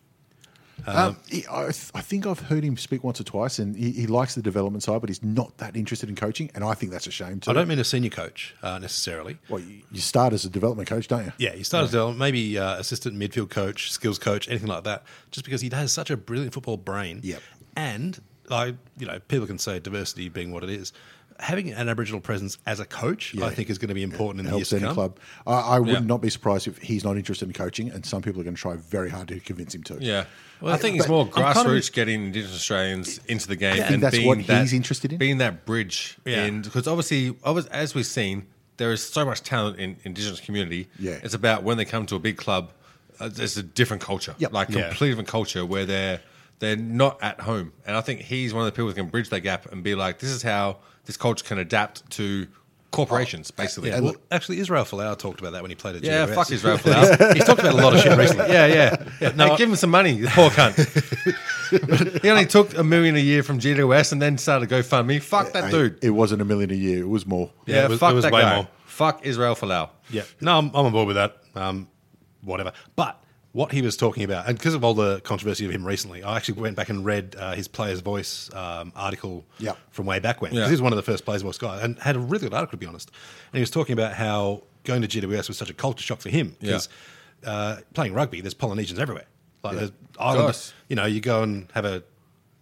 Speaker 1: Um, he- I, th- I think I've heard him speak once or twice, and he, he likes the development side, but he's not that interested in coaching, and I think that's a shame too.
Speaker 3: I don't mean a senior coach uh, necessarily.
Speaker 1: well, you, you start as a development coach, don't you?
Speaker 3: Yeah, he started to maybe uh, assistant midfield coach, skills coach, anything like that, just because he has such a brilliant football brain.
Speaker 1: Yep.
Speaker 3: And, like, you know, people can say diversity being what it is. Having an Aboriginal presence as a coach, I think, is going to be important in the years
Speaker 1: helps
Speaker 3: to
Speaker 1: any
Speaker 3: come.
Speaker 1: club. I, I would
Speaker 2: Yeah.
Speaker 1: not be surprised if he's not interested in coaching, and some people are going to try very hard to convince him to.
Speaker 2: Yeah. I think it's more
Speaker 3: I'm
Speaker 2: grassroots
Speaker 3: kind of-
Speaker 2: getting Indigenous Australians into the game.
Speaker 1: I think
Speaker 2: and
Speaker 1: that's
Speaker 2: being
Speaker 1: what he's
Speaker 2: that,
Speaker 1: interested in.
Speaker 2: Being that bridge.
Speaker 3: Yeah.
Speaker 2: And because obviously, obvi- as we've seen, there is so much talent in Indigenous community.
Speaker 1: Yeah.
Speaker 2: It's about when they come to a big club, uh, it's a different culture.
Speaker 1: Yep.
Speaker 2: Like
Speaker 1: Yeah.
Speaker 2: completely different culture where they're they're not at home. And I think he's one of the people that can bridge that gap and be like, this is how this culture can adapt to corporations,
Speaker 1: Uh,
Speaker 2: basically.
Speaker 3: Yeah, well, actually, Israel Folau talked about that when he played at
Speaker 2: Yeah,
Speaker 3: GWS.
Speaker 2: fuck Israel Folau.
Speaker 3: He's talked about a lot of shit recently.
Speaker 2: Yeah, yeah. yeah. No, give him some money, the poor cunt. he only took a million a year from GWS and then started to GoFundMe. Fuck that
Speaker 1: I-
Speaker 2: dude.
Speaker 1: It wasn't a million a year; it was more.
Speaker 2: Yeah,
Speaker 3: it was-
Speaker 2: fuck
Speaker 3: it was
Speaker 2: that
Speaker 3: way
Speaker 2: guy.
Speaker 3: more.
Speaker 2: Fuck Israel Folau.
Speaker 3: Yeah, no, I'm, I'm on board with that. Um, whatever. But what he was talking about, and because of all the controversy of him recently, I actually went back and read uh, his Players Voice um, article
Speaker 1: Yeah.
Speaker 3: from way back when.
Speaker 2: Yeah.
Speaker 3: Because he was one of the first Players Voice guys and had a really good article, to be honest. And he was talking about how going to GWS was such a culture shock for him because uh, playing rugby, there's Polynesians everywhere. Like there's
Speaker 2: course.
Speaker 3: islanders. You know, you go and have a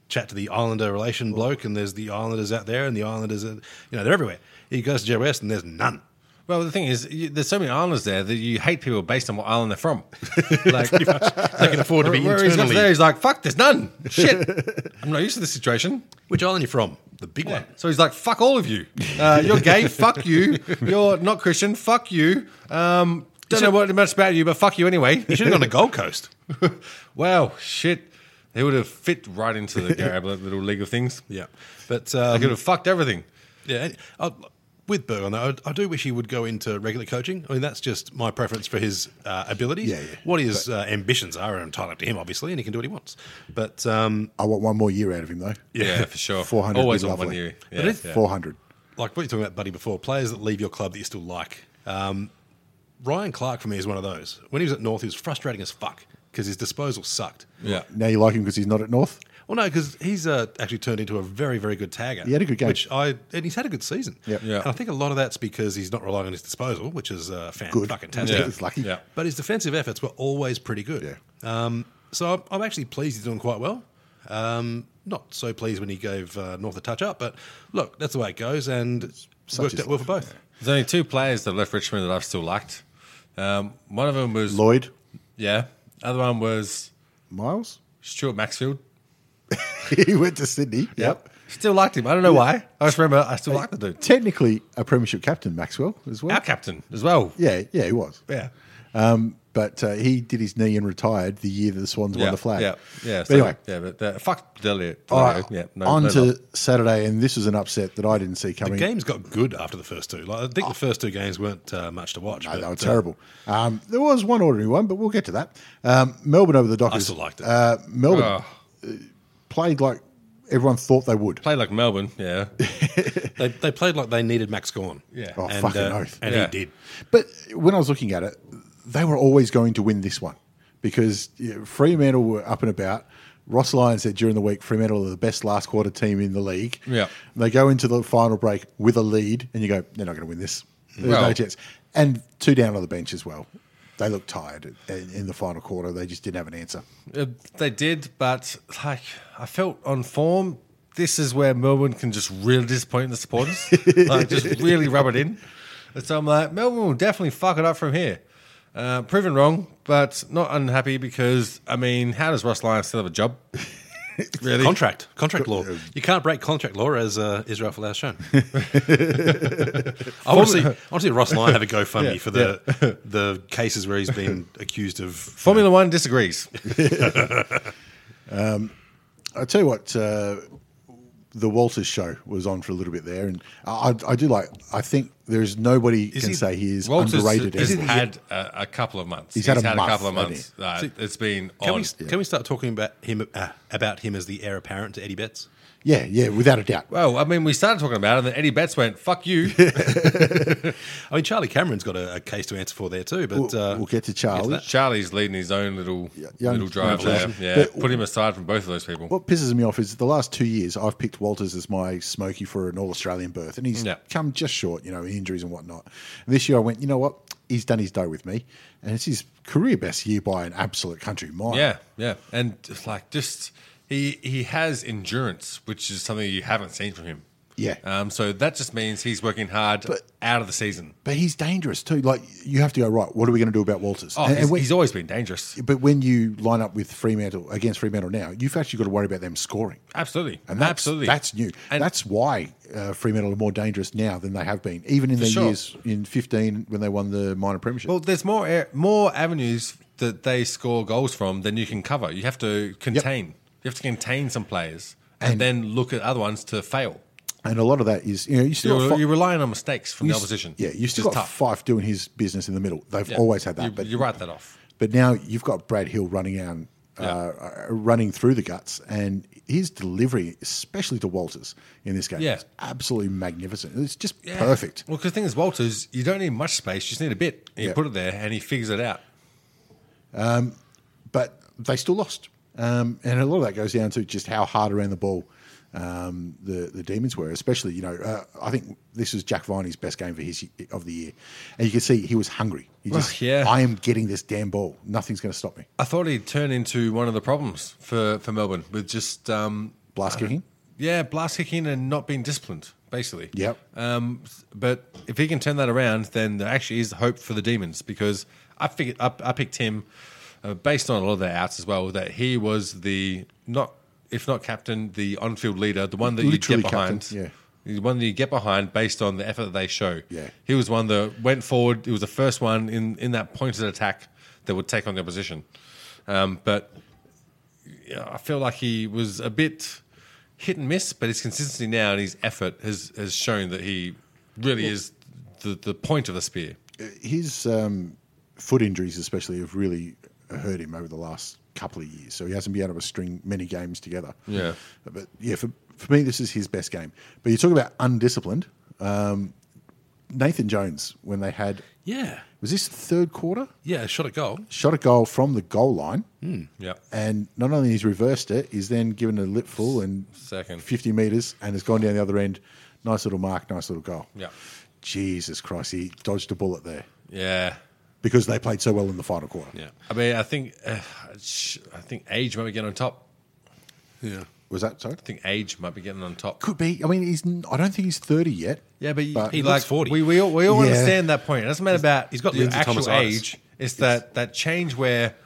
Speaker 3: chat to the Islander relation bloke, and there's the Islanders out there, and the Islanders, are, you know, they're everywhere. He goes to GWS, and there's none.
Speaker 2: Well, the thing is, you, there's so many islands there that you hate people based on what island they're from. Like, they can
Speaker 3: afford to be
Speaker 2: He's, got
Speaker 3: internally-
Speaker 2: there, he's like, fuck, there's none. Shit. I'm not used to this situation.
Speaker 3: Which island are you from? The big one.
Speaker 2: So he's like, fuck all of you. Uh, you're gay, fuck you. You're not Christian, fuck you. Um, don't know what much about you, but fuck you anyway.
Speaker 3: You should have gone to Gold Coast.
Speaker 2: Wow, shit. They would have fit right into the Garib little league of things. uh,
Speaker 3: Yeah, but
Speaker 2: They
Speaker 3: um,
Speaker 2: could have fucked everything.
Speaker 3: yeah, and I, with Burr on that, I, I do wish he would go into regular coaching. I mean, that's just my preference for his uh, abilities.
Speaker 1: Yeah, yeah.
Speaker 3: What his uh, ambitions are are entirely up to him, obviously, and he can do what he wants. But um,
Speaker 1: I want one more year out of him though.
Speaker 2: Yeah, for sure.
Speaker 1: 400 would
Speaker 2: Always
Speaker 1: be
Speaker 2: on
Speaker 1: lovely.
Speaker 2: one year. Yeah,
Speaker 3: But if-
Speaker 2: yeah.
Speaker 1: Four hundred.
Speaker 3: like what you're talking about, buddy, before players that leave your club that you still like. Um, Ryan Clark for me is one of those. When he was at North, he was frustrating as fuck because his disposal sucked.
Speaker 2: Yeah.
Speaker 1: Now you like him because he's not at North.
Speaker 3: Well, no, because he's uh, actually turned into a very, very good tagger.
Speaker 1: He had a good game.
Speaker 3: which I and he's had a good season.
Speaker 1: Yep.
Speaker 2: Yeah.
Speaker 3: And I think a lot of that's because he's not relying on his disposal, which is uh, fan
Speaker 1: Good.
Speaker 3: fucking
Speaker 1: Yeah.
Speaker 3: fantastic.
Speaker 1: He's lucky.
Speaker 2: Yeah.
Speaker 3: But his defensive efforts were always pretty good. Yeah. Um, so I'm, I'm actually pleased he's doing quite well. Um, not so pleased when he gave uh, North a touch up, but look, that's the way it goes, and it's
Speaker 1: such
Speaker 3: worked
Speaker 1: is
Speaker 3: out well for both.
Speaker 2: There's only two players that left Richmond that I've still liked. Um, one of them was
Speaker 1: Lloyd,
Speaker 2: yeah. Other one was
Speaker 1: Miles.
Speaker 2: Stuart Maxfield.
Speaker 1: he went to Sydney. Yep.
Speaker 2: Still liked him. I don't know why. I just remember I still liked the dude.
Speaker 1: Technically a premiership captain, Maxwell as well.
Speaker 2: Our captain as well.
Speaker 1: Yeah, yeah, he was.
Speaker 2: Yeah.
Speaker 1: Um, but uh, he did his knee and retired the year that the Swans
Speaker 2: yeah.
Speaker 1: won the flag.
Speaker 2: Yeah. Yeah.
Speaker 1: But
Speaker 2: So,
Speaker 1: anyway,
Speaker 2: Yeah, but uh, fuck Delio.
Speaker 1: all right,
Speaker 2: Yeah.
Speaker 1: on to
Speaker 2: love.
Speaker 1: Saturday, and this is an upset that I didn't see coming.
Speaker 3: The games got good after the first two. Like, I think the first two games weren't uh, much to watch.
Speaker 1: Oh. No, they were
Speaker 3: but, uh,
Speaker 1: terrible. Um, there was one ordinary one, but we'll get to that. Um, Melbourne over the Dockers.
Speaker 3: still liked it.
Speaker 1: Uh, Melbourne
Speaker 2: Oh.
Speaker 1: uh, played like everyone thought they would.
Speaker 2: play like Melbourne. Yeah.
Speaker 3: They, they played like they needed Max Gorn.
Speaker 2: Yeah.
Speaker 1: Oh,
Speaker 3: and,
Speaker 1: fucking
Speaker 3: uh,
Speaker 1: oath.
Speaker 3: And
Speaker 2: Yeah.
Speaker 3: he did.
Speaker 1: But when I was looking at it, they were always going to win this one because you know, Fremantle were up and about. Ross Lyon said during the week, Fremantle are the best last quarter team in the league.
Speaker 2: Yeah.
Speaker 1: And they go into the final break with a lead, and you go, they're not going to win this. There's
Speaker 2: Well-
Speaker 1: no chance. And two down on the bench as well. They looked tired in, in the final quarter. They just didn't have an answer.
Speaker 2: Uh, They did, but like I felt on form, this is where Melbourne can just really disappoint the supporters, like just really rub it in. And so I'm like, Melbourne will definitely fuck it up from here. Uh, proven wrong, but not unhappy because I mean, how does Ross Lyon still have a job? really?
Speaker 3: Contract, contract law.
Speaker 1: uh,
Speaker 3: You can't break contract law, as uh, Israel Folau has shown. I want to see, I want to see Ross Lyon have a GoFundMe for the the cases where he's been accused of.
Speaker 2: Formula One disagrees.
Speaker 1: I tell you what, uh, the Walters show was on for a little bit there, and I, I do like. I think there is nobody can
Speaker 2: he-
Speaker 1: say he is
Speaker 2: Walters
Speaker 1: underrated.
Speaker 2: has
Speaker 1: ever.
Speaker 2: had a, a couple of months.
Speaker 1: He's had a month,
Speaker 2: couple of
Speaker 1: hasn't
Speaker 2: months. that it's been
Speaker 3: Can
Speaker 2: on.
Speaker 3: we can we start talking about him uh, about him as the heir apparent to Eddie Betts?
Speaker 1: yeah, yeah, without a doubt.
Speaker 2: well, oh, I mean, we started talking about it, and then Eddie Betts went, "Fuck you."
Speaker 3: I mean, Charlie Cameron's got a, a case to answer for there too. But
Speaker 1: We'll-
Speaker 3: uh,
Speaker 1: we'll get to Charlie.
Speaker 3: that.
Speaker 2: Charlie's leading his own little
Speaker 1: young-
Speaker 2: little drive
Speaker 1: young
Speaker 2: there.
Speaker 1: person.
Speaker 2: Yeah,
Speaker 1: But-
Speaker 2: put him aside from both of those people.
Speaker 1: What pisses me off is the last two years I've picked Walters as my smoky for an all Australian berth, and he's
Speaker 2: Yeah.
Speaker 1: come just short, you know, injuries and whatnot. And this year I went, you know what? He's done his day with me, and it's his career best year by an absolute country mile.
Speaker 2: Yeah, yeah, and it's like just he he has endurance, which is something you haven't seen from him.
Speaker 1: Yeah.
Speaker 2: Um. So that just means he's working hard out of the season.
Speaker 1: But he's dangerous too. Like you have to go right. What are we going to do about Walters?
Speaker 2: Oh,
Speaker 1: And- and
Speaker 2: he's,
Speaker 1: when-
Speaker 2: he's always been dangerous.
Speaker 1: but when you line up with Fremantle against Fremantle now, you've actually got to worry about them scoring.
Speaker 2: Absolutely,
Speaker 1: And that's,
Speaker 2: absolutely,
Speaker 1: that's new.
Speaker 2: And
Speaker 1: that's why uh, Fremantle are more dangerous now than they have been, even in their
Speaker 2: sure.
Speaker 1: years in 15 when they won the minor premiership.
Speaker 2: well, there's more a- more avenues that they score goals from than you can cover. You have to contain. You have to contain some players, and,
Speaker 1: And-
Speaker 2: then look at other ones to fail.
Speaker 1: and a lot of that is, you know, you still
Speaker 2: You're,
Speaker 1: got Fi-
Speaker 2: you're relying on mistakes from
Speaker 1: you
Speaker 2: the
Speaker 1: s-
Speaker 2: opposition.
Speaker 1: Yeah, you
Speaker 2: which
Speaker 1: still
Speaker 2: is
Speaker 1: got Fife doing his business in the middle. They've
Speaker 2: Yeah.
Speaker 1: always had that.
Speaker 2: You,
Speaker 1: but
Speaker 2: you write that off.
Speaker 1: But now you've got Brad Hill running out, uh, uh, running through the guts, and his delivery, especially to Walters in this game,
Speaker 2: Yeah.
Speaker 1: is absolutely magnificent. It's just
Speaker 2: Yeah.
Speaker 1: perfect.
Speaker 2: Well, because the thing is, Walters, you don't need much space; you just need a bit. And You
Speaker 1: Yeah.
Speaker 2: put it there, and he figures it out.
Speaker 1: but they still lost. Um, and a lot of that goes down to just how hard around the ball um, the the demons were, especially you know. Uh, I think this was Jack Viney's best game for his of the year, and you can see he was hungry. He
Speaker 2: Well,
Speaker 1: just,
Speaker 2: yeah.
Speaker 1: I am getting this damn ball. Nothing's going to stop me.
Speaker 2: I thought he'd turn into one of the problems for for Melbourne with just um,
Speaker 1: Blast kicking.
Speaker 2: yeah, blast kicking and not being disciplined, basically.
Speaker 1: Yep.
Speaker 2: Um, but if he can turn that around, then there actually is hope for the demons because I figured I, I picked him uh, based on a lot of their outs as well that he was the not if not captain, the on-field leader, the one that
Speaker 1: Literally
Speaker 2: you get
Speaker 1: captain,
Speaker 2: behind.
Speaker 1: yeah.
Speaker 2: The one that you get behind based on the effort that they show.
Speaker 1: Yeah.
Speaker 2: He was one that went forward. He was the first one in, in that pointed attack that would take on the opposition. Um, but yeah, I feel like he was a bit hit and miss, but his consistency now and his effort has, has shown that he really is the, the point of the spear.
Speaker 1: his um, foot injuries, especially, have really hurt him over the last couple of years. So he hasn't been able to string many games together.
Speaker 2: Yeah.
Speaker 1: but yeah, for for me, this is his best game. But you talk about undisciplined. Um, Nathan Jones, when they had,
Speaker 3: Yeah.
Speaker 1: was this third quarter?
Speaker 3: Yeah, shot at goal.
Speaker 1: Shot a goal from the goal line,
Speaker 2: Yeah.
Speaker 1: and not only he's reversed it, he's then given a lip full and
Speaker 2: Second.
Speaker 1: fifty meters, and has gone down the other end. Nice little mark, nice little goal.
Speaker 2: Yeah.
Speaker 1: Jesus Christ, he dodged a bullet there
Speaker 2: Yeah.
Speaker 1: because they played so well in the final quarter.
Speaker 2: Yeah. I mean, I think, uh, sh- I think age might be getting on top.
Speaker 3: Yeah.
Speaker 1: Was that so?
Speaker 2: I think age might be getting on top.
Speaker 1: Could be. I mean, he's. n- I don't think he's thirty yet.
Speaker 2: Yeah, but,
Speaker 1: But-
Speaker 3: He looks 40.
Speaker 2: We, we all, we all
Speaker 1: Yeah.
Speaker 2: understand that point. It doesn't matter about
Speaker 3: he's got
Speaker 2: your
Speaker 3: Lindsay
Speaker 2: actual
Speaker 3: Thomas eyes.
Speaker 2: age. It's that, that change where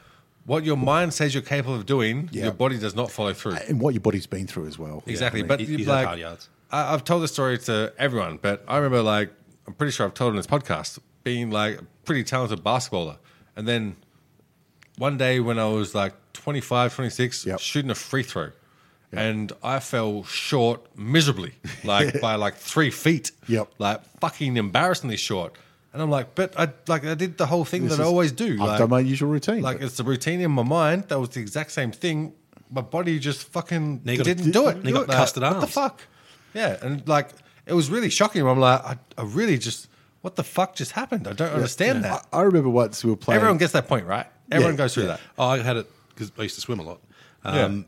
Speaker 2: what your mind says you're capable of doing,
Speaker 1: Yeah.
Speaker 2: your body does not follow through.
Speaker 1: And what your body's been through as well.
Speaker 2: Exactly.
Speaker 3: I mean,
Speaker 2: but
Speaker 3: he- he's had
Speaker 2: like,
Speaker 3: hard yards.
Speaker 2: I, I've told this story to everyone, but I remember like I'm pretty sure I've told on this podcast being like a pretty talented basketballer, and then one day when I was like 25, 26,
Speaker 1: Yep.
Speaker 2: shooting a free throw. And I fell short miserably, like by like three feet.
Speaker 1: Yep.
Speaker 2: Like fucking embarrassingly short. And I'm like, but I like I did the whole thing
Speaker 1: This
Speaker 2: that I
Speaker 1: is-
Speaker 2: always do.
Speaker 1: I've
Speaker 2: like,
Speaker 1: done my usual routine.
Speaker 2: Like
Speaker 1: But-
Speaker 2: it's the routine in my mind. That was the exact same thing. My body just fucking
Speaker 3: Now you got-
Speaker 2: didn't do it.
Speaker 3: now you got
Speaker 2: Do it.
Speaker 3: custard
Speaker 2: What the
Speaker 3: arms.
Speaker 2: fuck? Yeah, and like it was really shocking. I'm like, I, I really just what the fuck just happened? I don't understand that.
Speaker 1: I, I remember once we were playing.
Speaker 2: Everyone gets that point, right? Everyone goes through that.
Speaker 3: Oh, I had it because I used to swim a lot. Um,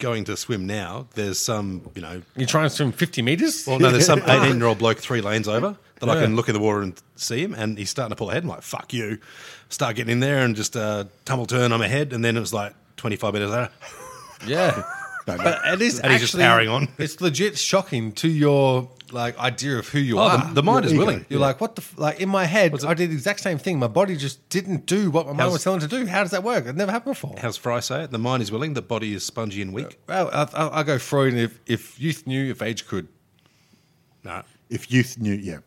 Speaker 3: Going to swim now, there's some, you know,
Speaker 2: You try and swim 50 meters.
Speaker 3: well, no, there's some 18 year old bloke three lanes over that I
Speaker 2: Yeah.
Speaker 3: can look in the water and see him, and he's starting to pull ahead. I'm like, fuck you. Start getting in there and just uh, tumble turn, I'm ahead. And then it was like 25 minutes later,
Speaker 2: yeah, but it is actually
Speaker 3: And he's just powering on.
Speaker 2: It's legit shocking to your like idea of who you
Speaker 3: Oh,
Speaker 2: are.
Speaker 3: the- the
Speaker 2: Your
Speaker 3: mind is
Speaker 2: ego.
Speaker 3: willing.
Speaker 2: You're like, what the f-? like in my head, I did the exact same thing. My body just didn't do what my mind
Speaker 3: How's-
Speaker 2: was telling it to do. How does that work? It never happened before.
Speaker 3: how's Fry say it? The mind is willing, the body is spongy and weak.
Speaker 2: Well, I, I, I go Freud. and If if youth knew, if age could.
Speaker 3: No.
Speaker 1: If youth knew, yeah.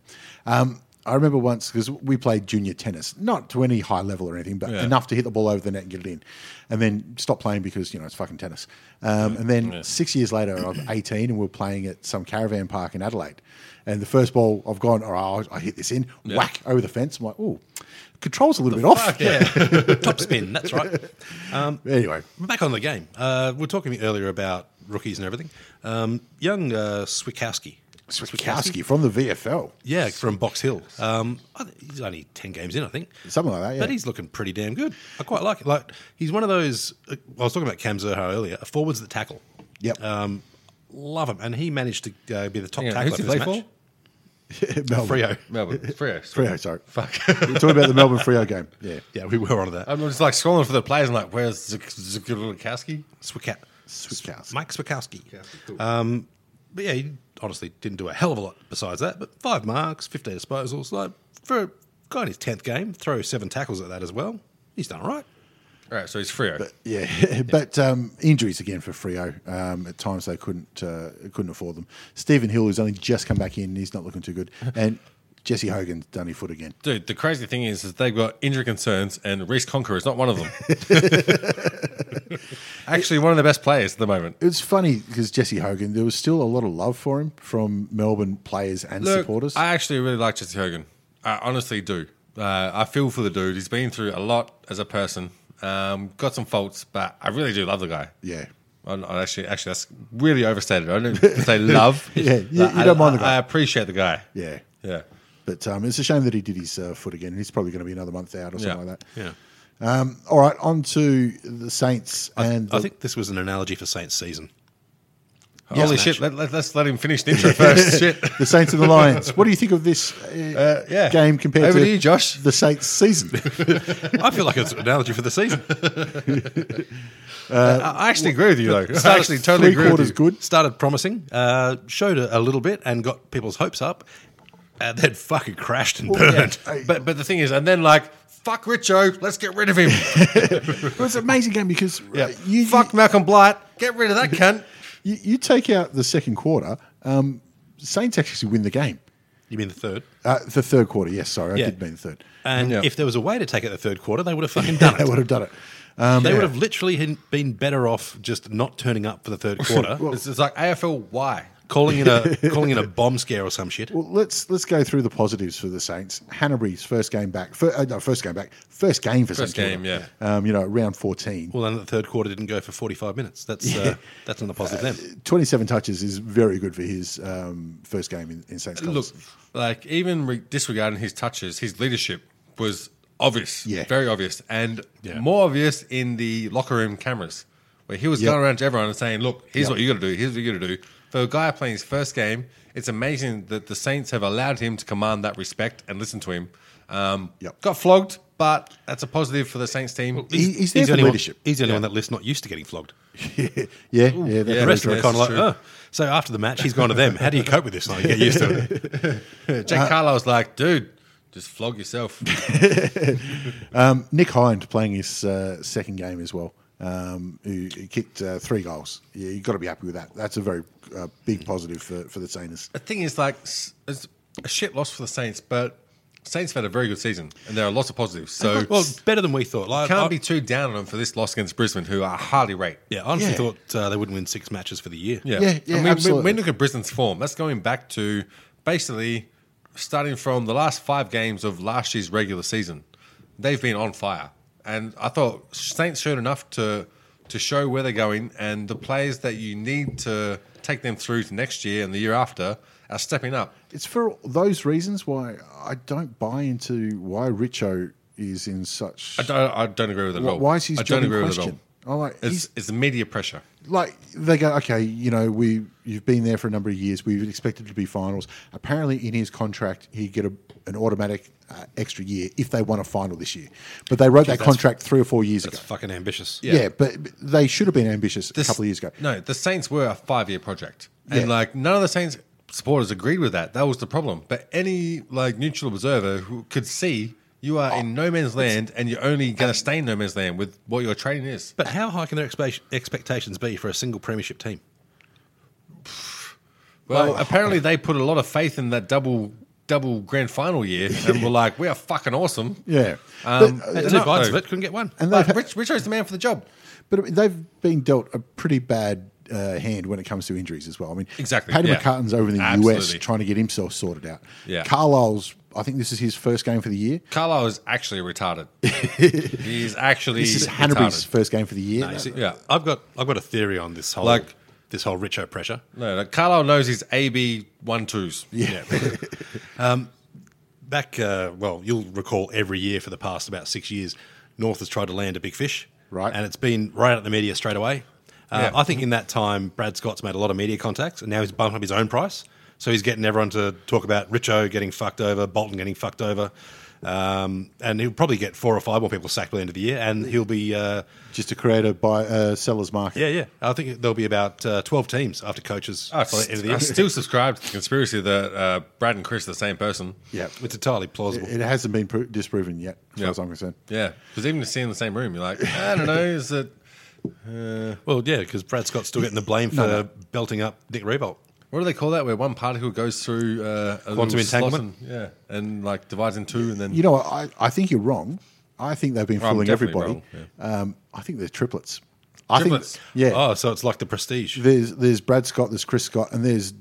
Speaker 1: Um, I remember once because we played junior tennis, not to any high level or anything, but
Speaker 2: Yeah.
Speaker 1: enough to hit the ball over the net and get it in, and then stop playing because you know it's fucking tennis. Um, and then six years later, I was eighteen and we are playing at some caravan park in Adelaide, and the first ball I've gone, all right, I hit this in, whack over the fence. I'm like, oh, controls a little bit off.
Speaker 3: Top spin, that's right.
Speaker 1: Anyway,
Speaker 3: Back on the game. Uh, we are talking earlier about rookies and everything. Um, young uh, Swikowski.
Speaker 1: Swikowski from the VFL.
Speaker 3: Yeah, from Box Hill. Um, I th- he's only 10 games in, I think.
Speaker 1: Something like that, yeah.
Speaker 3: But he's looking pretty damn good. I quite like it. Like, he's one of those, uh, I was talking about Cam Zerha earlier, forwards that tackle.
Speaker 1: Yep.
Speaker 3: Um, love him. And he managed to uh, be the top
Speaker 2: Hang on,
Speaker 3: tackler
Speaker 2: who's he
Speaker 3: for this
Speaker 2: play
Speaker 3: match.
Speaker 1: Melbourne.
Speaker 3: Frio.
Speaker 2: Melbourne, Freo. sorry.
Speaker 1: Frio, sorry. Fuck. We're talking about the Melbourne Frio game. Yeah.
Speaker 3: Yeah, we were on that.
Speaker 2: I'm just like scrolling for the players. I'm like, where's Zukowski?
Speaker 3: Swika-
Speaker 1: Swikowski.
Speaker 3: Mike Swikowski. Um, but yeah, he honestly didn't do a hell of a lot besides that. But five marks, 15 disposals. Like, for a guy in his 10th game, throw seven tackles at that as well. He's done all right.
Speaker 2: All right, so he's Freo.
Speaker 1: Yeah, but um, injuries again for Frio. Um, at times they couldn't uh, couldn't afford them. Stephen Hill, who's only just come back in, he's not looking too good. And Jesse Hogan's done his foot again.
Speaker 2: Dude, the crazy thing is, is they've got injury concerns, and Reese Conqueror is not one of them. Actually, one of the best players at the moment.
Speaker 1: It's funny because Jesse Hogan, there was still a lot of love for him from Melbourne players and
Speaker 2: Look,
Speaker 1: supporters.
Speaker 2: I actually really like Jesse Hogan. I honestly do. Uh, I feel for the dude. He's been through a lot as a person. Um, got some faults, but I really do love the guy.
Speaker 1: yeah,
Speaker 2: I, I actually, actually, that's really overstated. I don't say love.
Speaker 1: Yeah, you-
Speaker 2: Like,
Speaker 1: you don't mind the
Speaker 2: I-
Speaker 1: guy.
Speaker 2: I appreciate the guy.
Speaker 1: yeah,
Speaker 2: yeah.
Speaker 1: But um, it's a shame that he did his uh, foot again. He's probably going to be another month out or something
Speaker 2: Yeah.
Speaker 1: like that.
Speaker 3: Yeah.
Speaker 1: All right, on to the Saints and
Speaker 3: I
Speaker 1: the-
Speaker 3: think this was an analogy for Saints season.
Speaker 2: Holy shit! Let, let, us let him finish the intro first. shit.
Speaker 1: the Saints and the Lions. What do you think of this uh,
Speaker 2: Uh, yeah.
Speaker 1: game compared
Speaker 2: Over
Speaker 1: to
Speaker 2: to you, Josh.
Speaker 1: the Saints season?
Speaker 3: I feel like it's an analogy for the season.
Speaker 2: I I actually agree with you though. I actually totally
Speaker 1: Three
Speaker 2: agree with
Speaker 1: quarters
Speaker 2: you.
Speaker 1: good.
Speaker 3: Started promising, uh, showed a, a little bit, and got people's hopes up, and then fucking crashed and
Speaker 1: Oh,
Speaker 3: burned.
Speaker 2: But but the thing is, and then like fuck Richo, let's get rid of him.
Speaker 1: It was an amazing game because
Speaker 2: Yeah.
Speaker 1: uh, you,
Speaker 2: fuck Malcolm Blight, get rid of that cunt.
Speaker 1: you, you take out the second quarter, um, Saints actually win the game.
Speaker 3: You mean the third?
Speaker 1: Uh, the third quarter, yes, sorry, I
Speaker 3: Yeah.
Speaker 1: did mean the third.
Speaker 3: And
Speaker 2: Yeah.
Speaker 3: if there was a way to take it the third quarter, they would have fucking done
Speaker 1: They
Speaker 3: it.
Speaker 1: would have done it.
Speaker 3: they would have literally hin- been better off just not turning up for the third quarter,
Speaker 2: It's, it's like AFL. Why?
Speaker 3: calling in a calling in a bomb scare or some shit.
Speaker 1: Well, let's let's go through the positives for the Saints. Hanbury's first game back, fir- uh, no, first game back, first game for
Speaker 2: First
Speaker 1: St Kilda.
Speaker 2: game, yeah.
Speaker 1: Um, you know, round fourteen.
Speaker 3: Well, then the third quarter didn't go for forty five minutes. That's uh, that's on the positive then.
Speaker 1: 27 touches is very good for his um, first game in, in Saints.
Speaker 2: Look,
Speaker 1: colours.
Speaker 2: like even re- disregarding his touches, his leadership was obvious.
Speaker 1: Yeah.
Speaker 2: very obvious, and
Speaker 3: Yeah.
Speaker 2: more obvious in the locker room cameras, where he was
Speaker 1: Yep.
Speaker 2: going around to everyone and saying, "Look, here's what you got to do. Here's what you got to do." For a guy playing his first game, it's amazing that the Saints have allowed him to command that respect and listen to him. Um,
Speaker 1: Yep.
Speaker 2: Got flogged, but that's a positive for the Saints team.
Speaker 1: He- he's there
Speaker 3: the
Speaker 1: for
Speaker 3: only one-
Speaker 1: leadership.
Speaker 3: he's the only one that list not used to getting flogged.
Speaker 1: yeah, yeah,
Speaker 2: yeah.
Speaker 1: that's
Speaker 3: The
Speaker 2: yes,
Speaker 3: rest are kind of like,
Speaker 2: true.
Speaker 3: oh. So after the match, he's gone to them. How do you cope with this? Like, you get used to it.
Speaker 2: Jack Carlisle's like, dude, just flog yourself.
Speaker 1: Nick Hind playing his uh, second game as well. Um, who who kicked uh, three goals. Yeah, you've got to be happy with that. That's a very uh, big positive for, for the Saints.
Speaker 2: the thing is, like, s- it's a shit loss for the Saints, but Saints have had a very good season, and there are lots of positives. So
Speaker 3: Well, better than we thought. Like,
Speaker 2: can't
Speaker 3: I-
Speaker 2: be too down on them for this loss against Brisbane, who are highly ranked.
Speaker 3: Yeah, I honestly
Speaker 1: Yeah.
Speaker 3: thought uh, they wouldn't win six matches for the year.
Speaker 2: Yeah,
Speaker 1: Yeah,
Speaker 2: I
Speaker 1: yeah,
Speaker 2: mean,
Speaker 1: absolutely.
Speaker 2: When you look at Brisbane's form, that's going back to basically starting from the last five games of last year's regular season. They've been on fire, and I thought Saints showed enough to to show where they're going, and the players that you need to take them through to next year and the year after are stepping up.
Speaker 1: It's for those reasons why I don't buy into why Richo is in such.
Speaker 2: I don't, I don't agree with it at
Speaker 1: Why-
Speaker 2: all.
Speaker 1: why is his
Speaker 2: I
Speaker 1: job in
Speaker 2: don't agree with
Speaker 1: question?
Speaker 2: it at
Speaker 1: I
Speaker 2: all.
Speaker 1: like- he's-
Speaker 2: it's, it's the media pressure.
Speaker 1: like they go, okay, you know, we you've been there for a number of years. We've expected to be finals. Apparently, in his contract, he get a, an automatic uh, extra year if they won a final this year. But they wrote that contract three or four years ago.
Speaker 3: It's fucking ambitious.
Speaker 1: yeah. but but they should have been ambitious
Speaker 2: The
Speaker 1: a couple of years
Speaker 2: S-
Speaker 1: ago.
Speaker 2: No, the Saints were a five-year project, and
Speaker 1: Yeah.
Speaker 2: like none of the Saints supporters agreed with that. That was the problem. But any like neutral observer who could see you are in no man's
Speaker 1: Oh,
Speaker 2: land, and you're only going to stay in no man's land with what your training is.
Speaker 3: But how high can their expe- expectations be for a single premiership team?
Speaker 2: Well, apparently they put a lot of faith in that double double grand final year, and were like, we are fucking awesome.
Speaker 1: Yeah,
Speaker 2: Um,
Speaker 1: But, uh,
Speaker 2: and
Speaker 3: Had
Speaker 2: they're
Speaker 3: two
Speaker 2: not,
Speaker 3: bites
Speaker 2: though.
Speaker 3: of it, couldn't get one.
Speaker 1: And
Speaker 2: Like,
Speaker 1: they've-
Speaker 2: Rich, Richo's the man for the job.
Speaker 1: But I mean, they've been dealt a pretty bad uh, hand when it comes to injuries as well. I mean,
Speaker 2: Exactly,
Speaker 1: Paddy
Speaker 2: yeah.
Speaker 1: McCartan's over in the US
Speaker 2: Absolutely.
Speaker 1: trying to get himself sorted out.
Speaker 2: Yeah.
Speaker 1: Carlisle's. I think this is his first game for the year.
Speaker 2: Carlisle is actually retarded. He's actually
Speaker 1: This is
Speaker 2: retarded.
Speaker 1: Hanbury's first game for the year.
Speaker 3: You see,
Speaker 2: Yeah.
Speaker 3: I've got I've got a theory on this whole
Speaker 2: Like-
Speaker 3: this whole Richo pressure.
Speaker 2: No, no, Carlisle knows his AB one twos.
Speaker 3: Yeah. um, back, uh, well, you'll recall every year for the past about six years, North has tried to land a big fish.
Speaker 1: Right.
Speaker 3: And it's been right at the media straight away. Uh,
Speaker 2: Yeah.
Speaker 3: I think in that time, Brad Scott's made a lot of media contacts and now he's bumped up his own price. So he's getting everyone to talk about Richo getting fucked over, Bolton getting fucked over. Um, and he'll probably get four or five more people sacked by the end of the year. And he'll be. Uh,
Speaker 1: just to create a buy, uh, seller's market.
Speaker 3: yeah, Oh, yeah. I think there'll be about uh, 12 teams after coaches
Speaker 2: I,
Speaker 3: by the end of the
Speaker 2: I
Speaker 3: year.
Speaker 2: still subscribe to the conspiracy that uh, Brad and Chris are the same person.
Speaker 1: Yeah.
Speaker 3: It's entirely plausible.
Speaker 1: It hasn't been pro- disproven yet, as far as I'm concerned.
Speaker 2: Yeah, because even to see in the same room, you're like, I don't know, is it?
Speaker 3: Well, yeah, because Brad Scott's still getting the blame for belting up Nick Rebolt.
Speaker 2: What do they call that? Where one particle goes through uh, a
Speaker 3: Quantum
Speaker 2: little slot
Speaker 3: entanglement?
Speaker 2: and- yeah, and like divides in two, and then
Speaker 1: You know, what? I, I think you're wrong. I think they've been
Speaker 2: I'm
Speaker 1: fooling
Speaker 2: definitely
Speaker 1: everybody.
Speaker 2: wrong,
Speaker 1: Um, I think they're triplets. I
Speaker 2: Triplets?
Speaker 1: think yeah.
Speaker 3: Oh, so it's like the prestige.
Speaker 1: There's there's Brad Scott, there's Chris Scott, and there's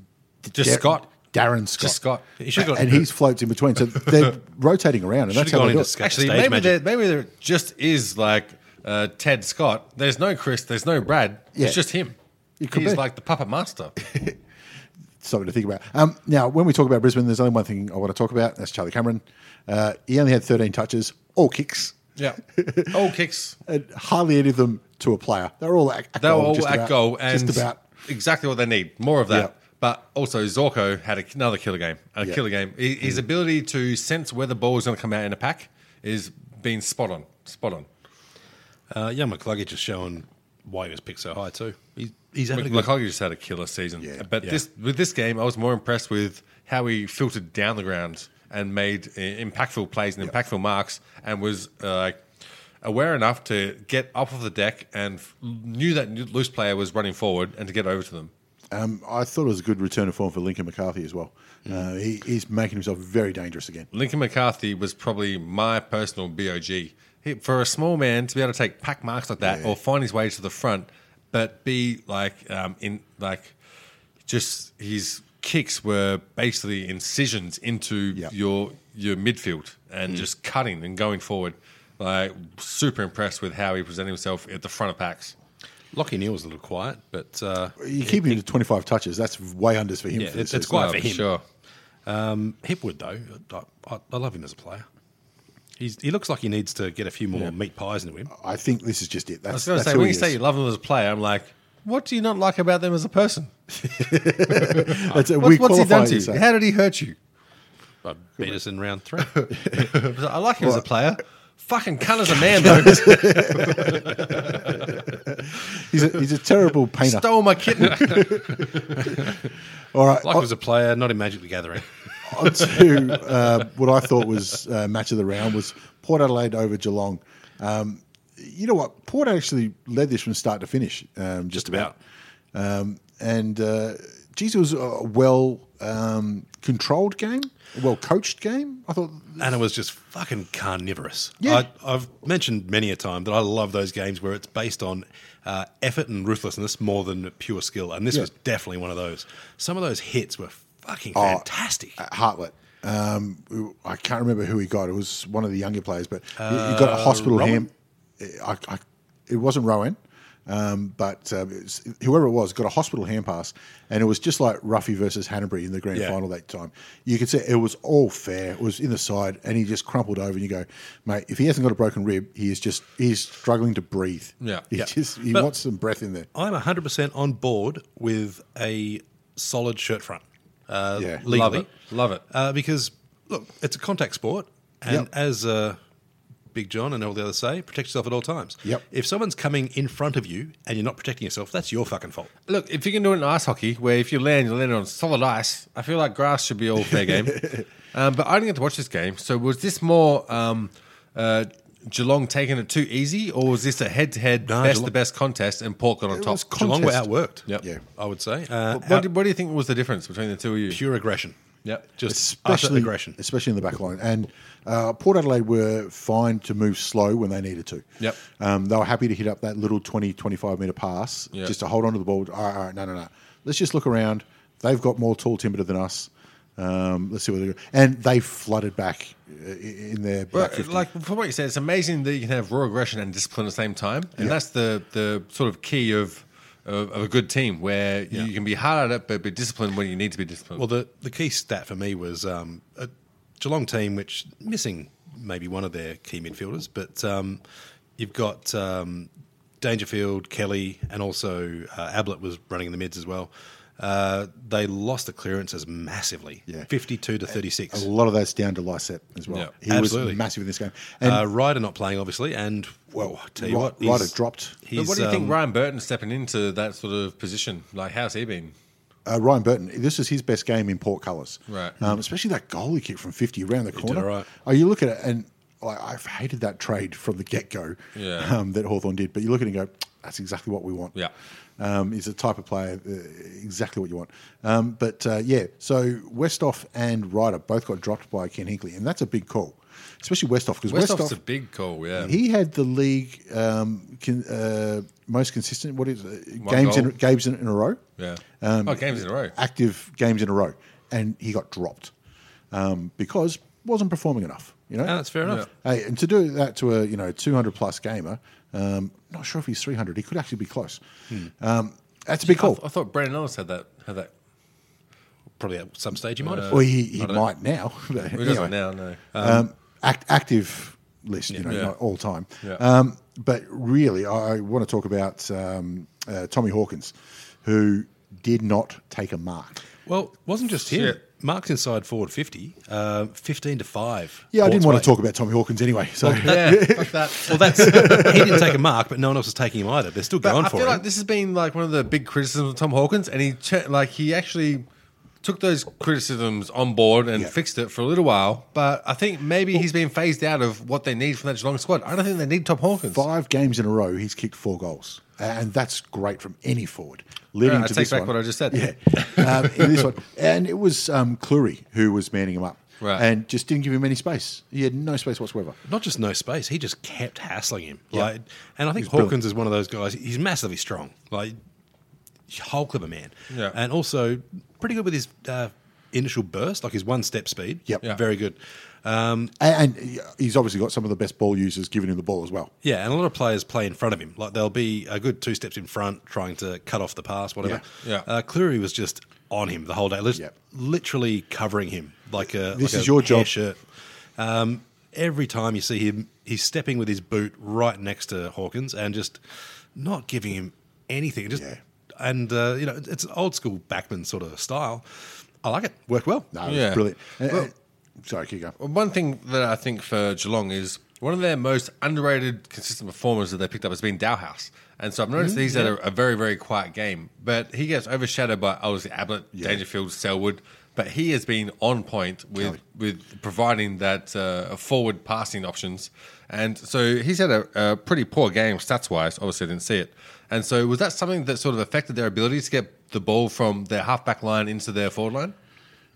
Speaker 2: Just Scott.
Speaker 1: Darren Scott,
Speaker 2: Just Scott.
Speaker 3: He should've got-
Speaker 1: and he's floats in between. So they're rotating around, and that's
Speaker 3: Should've
Speaker 1: how
Speaker 3: gone
Speaker 1: they do
Speaker 3: into
Speaker 1: it.
Speaker 3: Scott.
Speaker 2: actually
Speaker 3: Stage
Speaker 2: maybe
Speaker 3: magic.
Speaker 2: there, maybe there just is like uh, Ted Scott. There's no Chris. There's no Brad.
Speaker 1: Yeah.
Speaker 2: It's just him.
Speaker 1: It could
Speaker 2: He's
Speaker 1: be.
Speaker 2: like the puppet master.
Speaker 1: something to think about. Um, now, when we talk about Brisbane, there's only one thing I want to talk about. That's Charlie Cameron. Uh, he only had 13 touches, all kicks,
Speaker 2: yeah, all kicks.
Speaker 1: and hardly any of them to a player. They're all at, at
Speaker 2: They were
Speaker 1: goal.
Speaker 2: all
Speaker 1: just
Speaker 2: at
Speaker 1: about,
Speaker 2: goal, and
Speaker 1: just about.
Speaker 2: exactly what they need. More of that.
Speaker 1: Yeah.
Speaker 2: But also, Zorko had another killer game. A
Speaker 1: Yeah. Mm.
Speaker 2: killer game. He- His ability to sense where the ball is going to come out in a pack is being spot on. Spot on.
Speaker 3: Uh, Jan McCluggage is showing why he was picked so high too. He's, he's having a good-
Speaker 2: McCluggage just had a killer season.
Speaker 1: Yeah.
Speaker 2: But
Speaker 3: Yeah.
Speaker 2: this with this game, I was more impressed with how he filtered down the ground and made uh, impactful plays and impactful marks, and was uh, aware enough to get off of the deck and f- knew that loose player was running forward and to get over to them.
Speaker 1: Um, I thought it was a good return of form for Lincoln McCarthy as well.
Speaker 3: Mm.
Speaker 1: Uh, he, he's making himself very dangerous again.
Speaker 2: Lincoln McCarthy was probably my personal BOG. He, for a small man to be able to take pack marks like that or find his way to the front, but be like um, in like just his kicks were basically incisions into
Speaker 1: Yeah.
Speaker 2: your your midfield and just cutting and going forward. Like super impressed with how he presented himself at the front of packs.
Speaker 3: Lockie Neal's a little quiet, but uh,
Speaker 1: You keep him to 25 touches. That's way unders for him.
Speaker 3: Yeah,
Speaker 1: for this
Speaker 3: it's- it's
Speaker 1: season.
Speaker 3: quite-
Speaker 2: Oh,
Speaker 3: for
Speaker 2: Sure.
Speaker 3: him. Hipwood though, I, I, I love him as a player. He's, he looks like he needs to get a few more meat pies into him.
Speaker 1: I think this is just it.
Speaker 2: I
Speaker 1: That's,
Speaker 2: was going to
Speaker 1: that's
Speaker 2: say
Speaker 1: who
Speaker 2: when
Speaker 1: he
Speaker 2: you say
Speaker 1: is.
Speaker 2: you love them as a player, I'm like, what do you not like about them as a person?
Speaker 1: That's it.
Speaker 2: What's,
Speaker 1: we
Speaker 2: what's he
Speaker 1: qualify
Speaker 2: done
Speaker 1: you,
Speaker 2: to you?
Speaker 1: so-
Speaker 2: How did he hurt you? Uh,
Speaker 3: I beat us in round three.
Speaker 2: I like him as a player. Fucking cunt as a man though.
Speaker 1: he's, a, he's a terrible painter.
Speaker 2: Stole my kitten.
Speaker 1: All right,
Speaker 3: like him as a player, not in Magic the Gathering.
Speaker 1: on to uh, what I thought was uh, match of the round was Port Adelaide over Geelong. Um, you know what? Port actually led this from start to finish, um, just, about. Um, and uh, geez, it was a well um, controlled game, well coached game. I thought
Speaker 3: and it was just fucking carnivorous.
Speaker 1: Yeah.
Speaker 3: I, I've mentioned many a time that I love those games where it's based on uh, effort and ruthlessness more than pure skill, and this
Speaker 1: Yeah.
Speaker 3: was definitely one of those. Some of those hits were fucking
Speaker 1: Oh,
Speaker 3: fantastic.
Speaker 1: at Hartlett. Um, who- I can't remember who he got. It was one of the younger players, but he- he got a hospital ham. I, I, it wasn't Rowan, um, but um, it was, whoever it was got a hospital hand pass, and it was just like Ruffy versus Hanbury in the grand
Speaker 3: Yeah.
Speaker 1: final that time. You could see it was all fair. It was in the side, and he just crumpled over. And you go, mate, if he hasn't got a broken rib, he is just he's struggling to breathe.
Speaker 2: Yeah.
Speaker 1: he
Speaker 2: Yeah.
Speaker 1: just he
Speaker 3: But-
Speaker 1: wants some breath in there.
Speaker 3: I'm 100% on board with a solid shirt front. Uh,
Speaker 1: Yeah.
Speaker 3: legally.
Speaker 2: Love it. Love it.
Speaker 3: Uh, because, look, it's a contact sport. And
Speaker 1: Yep.
Speaker 3: as uh, Big John and all the others say, protect yourself at all times.
Speaker 1: Yep.
Speaker 3: If someone's coming in front of you and you're not protecting yourself, that's your fucking fault.
Speaker 2: Look, if you can do it in ice hockey, where if you land, you land on solid ice, I feel like grass should be all fair game. um, but I didn't get to watch this game. So was this more um, uh, Geelong taking it too easy, or was this a head to head
Speaker 3: No,
Speaker 2: best
Speaker 3: Geelong-
Speaker 2: to best contest and Port got on top?
Speaker 1: was
Speaker 3: Geelong were
Speaker 1: contest.
Speaker 3: outworked,
Speaker 2: Yep.
Speaker 1: Yeah.
Speaker 3: I would say. Uh,
Speaker 2: What, do, what do you think was the difference between the two of you?
Speaker 3: pure aggression.
Speaker 2: Yep.
Speaker 3: Just
Speaker 1: especially
Speaker 3: utter aggression.
Speaker 1: especially in the back line. And uh, Port Adelaide were fine to move slow when they needed to.
Speaker 2: Yep.
Speaker 1: Um, they were happy to hit up that little 20, 25 metre pass
Speaker 2: Yeah.
Speaker 1: just to hold on to the ball. All right, all right, no, no, no. Let's just look around. They've got more tall timber than us. Um, let's see what they do. And they flooded back uh, i- in their back
Speaker 2: Well,
Speaker 1: 50.
Speaker 2: like from what you said, it's amazing that you can have raw aggression and discipline at the same time, and that's the the sort of key of of, of a good team where you can be hard at it but be disciplined when you need to be disciplined.
Speaker 3: Well, the, the key stat for me was um, a Geelong team which missing maybe one of their key midfielders, but um, you've got um, Dangerfield, Kelly, and also uh, Ablett was running in the mids as well. Uh, they lost the clearances massively,
Speaker 1: Yeah.
Speaker 3: fifty-two to
Speaker 1: a
Speaker 3: thirty-six.
Speaker 1: lot of that's down to Lysette as well.
Speaker 2: Yeah,
Speaker 1: he
Speaker 3: absolutely.
Speaker 1: was massive in this game. And
Speaker 3: Uh, Ryder not playing, obviously, and well, I tell you
Speaker 1: Ry-
Speaker 3: what,
Speaker 1: Ryder
Speaker 3: he's-
Speaker 1: dropped. But
Speaker 2: but
Speaker 3: he's,
Speaker 2: what do you think,
Speaker 3: um,
Speaker 2: Ryan Burton stepping into that sort of position? Like, how's he been?
Speaker 1: uh, Ryan Burton, this is his best game in Port Colours.
Speaker 2: Right.
Speaker 1: Um, especially that goal he kicked from 50 around the corner.
Speaker 3: all right.
Speaker 1: Oh, you look at it and like, I've hated that trade from the get go
Speaker 2: Yeah.
Speaker 1: um, that Hawthorn did. But you look at it and go, that's exactly what we want.
Speaker 2: Yeah.
Speaker 1: Um, he's the type of player, uh, exactly what you want. Um, but uh, yeah, so Westhoff and Ryder both got dropped by Ken Hinkley, and that's a big call, especially Westhoff because
Speaker 2: West
Speaker 1: Westhoff
Speaker 2: Westhoff's a big call, yeah.
Speaker 1: he had the league um, con, uh, most consistent. What is it?
Speaker 2: One
Speaker 1: games in,
Speaker 2: goal.
Speaker 1: games in, in a row?
Speaker 2: Yeah.
Speaker 1: um,
Speaker 2: Oh, games in a row.
Speaker 1: Active games in a row, and he got dropped um, because wasn't performing enough. You know,
Speaker 3: No, Ah, that's fair enough.
Speaker 1: Hey, and to do that to a you know 200 plus gamer, um, not sure if he's 300. He could actually be close.
Speaker 2: Hmm.
Speaker 1: Um, that's a big
Speaker 2: I,
Speaker 1: call.
Speaker 2: th- I thought Brendan Ellis had that. Had that.
Speaker 3: Probably at some stage he might have.
Speaker 1: well, he, he might now. but
Speaker 2: He
Speaker 1: anyway.
Speaker 2: doesn't now, no.
Speaker 1: um, act, active list, you know,
Speaker 2: Yeah.
Speaker 1: not all time.
Speaker 2: Yeah.
Speaker 1: Um, but really, I, I want to talk about um, uh, Tommy Hawkins. who did not take a mark.
Speaker 3: Well, it wasn't just him.
Speaker 2: Shit.
Speaker 3: Mark's inside forward 50, uh, 15 to 5.
Speaker 1: Yeah, I didn't
Speaker 3: Port's
Speaker 1: want
Speaker 3: way.
Speaker 1: to talk about Tommy Hawkins anyway. So
Speaker 2: Yeah, fuck that.
Speaker 3: Well, that's he didn't take a mark, but no one else was taking him either. They're still
Speaker 2: But
Speaker 3: going
Speaker 2: I
Speaker 3: for
Speaker 2: feel
Speaker 3: him.
Speaker 2: like this has been like one of the big criticisms of Tom Hawkins, and he che- like he actually took those criticisms on board and
Speaker 1: Yeah.
Speaker 2: fixed it for a little while. But I think maybe he's been phased out of what they need from that Geelong squad. I don't think they need Tom Hawkins.
Speaker 1: five games in a row, he's kicked four goals, and that's great from any forward. Leading
Speaker 2: Yeah, I
Speaker 1: to
Speaker 2: take
Speaker 1: this
Speaker 2: Uh, back
Speaker 1: one-
Speaker 2: what I just said.
Speaker 1: Yeah, um, in this one, and it was um, Cleary who was manning him up,
Speaker 2: Right.
Speaker 1: and just didn't give him any space. He had no space whatsoever.
Speaker 3: Not just no space, he just kept hassling him.
Speaker 1: Yeah.
Speaker 3: Like, and I think
Speaker 1: He's
Speaker 3: Hawkins
Speaker 1: brilliant.
Speaker 3: is one of those guys. He's massively strong, like whole clever man,
Speaker 2: Yeah.
Speaker 3: and also pretty good with his uh, initial burst, like his one step speed.
Speaker 1: Yep. Yeah.
Speaker 3: very good. Um,
Speaker 1: And, and he's obviously got some of the best ball users giving him the ball as well.
Speaker 3: yeah, and a lot of players play in front of him. Like they'll be a good two steps in front, trying to cut off the pass, whatever.
Speaker 2: Yeah. Yeah.
Speaker 3: Uh, Cleary was just on him the whole day, lit-
Speaker 1: Yep.
Speaker 3: literally covering him like a.
Speaker 1: This is
Speaker 3: like a
Speaker 1: your job.
Speaker 3: hair Shirt. Um, every time you see him, he's stepping with his boot right next to Hawkins and just not giving him anything. Just
Speaker 1: Yeah.
Speaker 3: and uh, you know it's an old school backman sort of style. I like it. Worked well.
Speaker 1: No, it was
Speaker 2: Yeah.
Speaker 1: brilliant. Uh,
Speaker 2: Well- oh.
Speaker 1: uh, sorry, keep going.
Speaker 2: One thing that I think for Geelong is one of their most underrated consistent performers that they picked up has been Dowhouse. And so I've noticed he's had a, a very, very quiet game, but he gets overshadowed by obviously Ablett, Dangerfield, Selwood. But he has been on point with with providing that uh, forward passing options, and so he's had a, a pretty poor game stats wise. Obviously, I didn't see it, and so was that something that sort of affected their ability to get the ball from their halfback line into their forward line?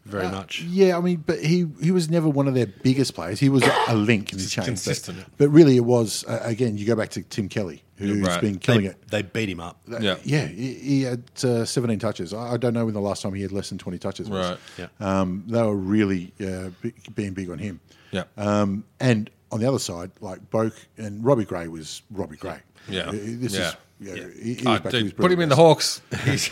Speaker 3: Very much.
Speaker 1: Yeah, I mean, but he he was never one of their biggest players. He was a link in the chain. but-
Speaker 2: consistent.
Speaker 1: But, really, it was uh, again. You go back to Tim Kelly, who's
Speaker 2: right.
Speaker 1: been
Speaker 3: They,
Speaker 1: killing it.
Speaker 3: they beat him up.
Speaker 2: Yeah.
Speaker 1: Yeah, he, he had uh, 17 touches. I, I don't know when the last time he had less than 20 touches was.
Speaker 2: Right.
Speaker 3: Yeah.
Speaker 1: Um, they were really uh, b- being big on him.
Speaker 2: Yeah.
Speaker 1: Um, and on the other side, like Boke and Robbie Gray was Robbie Gray.
Speaker 2: Yeah.
Speaker 1: Uh, This
Speaker 2: Yeah.
Speaker 1: is. Yeah, He, he was
Speaker 2: Oh,
Speaker 1: back to his
Speaker 2: dude, put him in the
Speaker 1: brilliant
Speaker 2: Hawks. He's-
Speaker 1: days.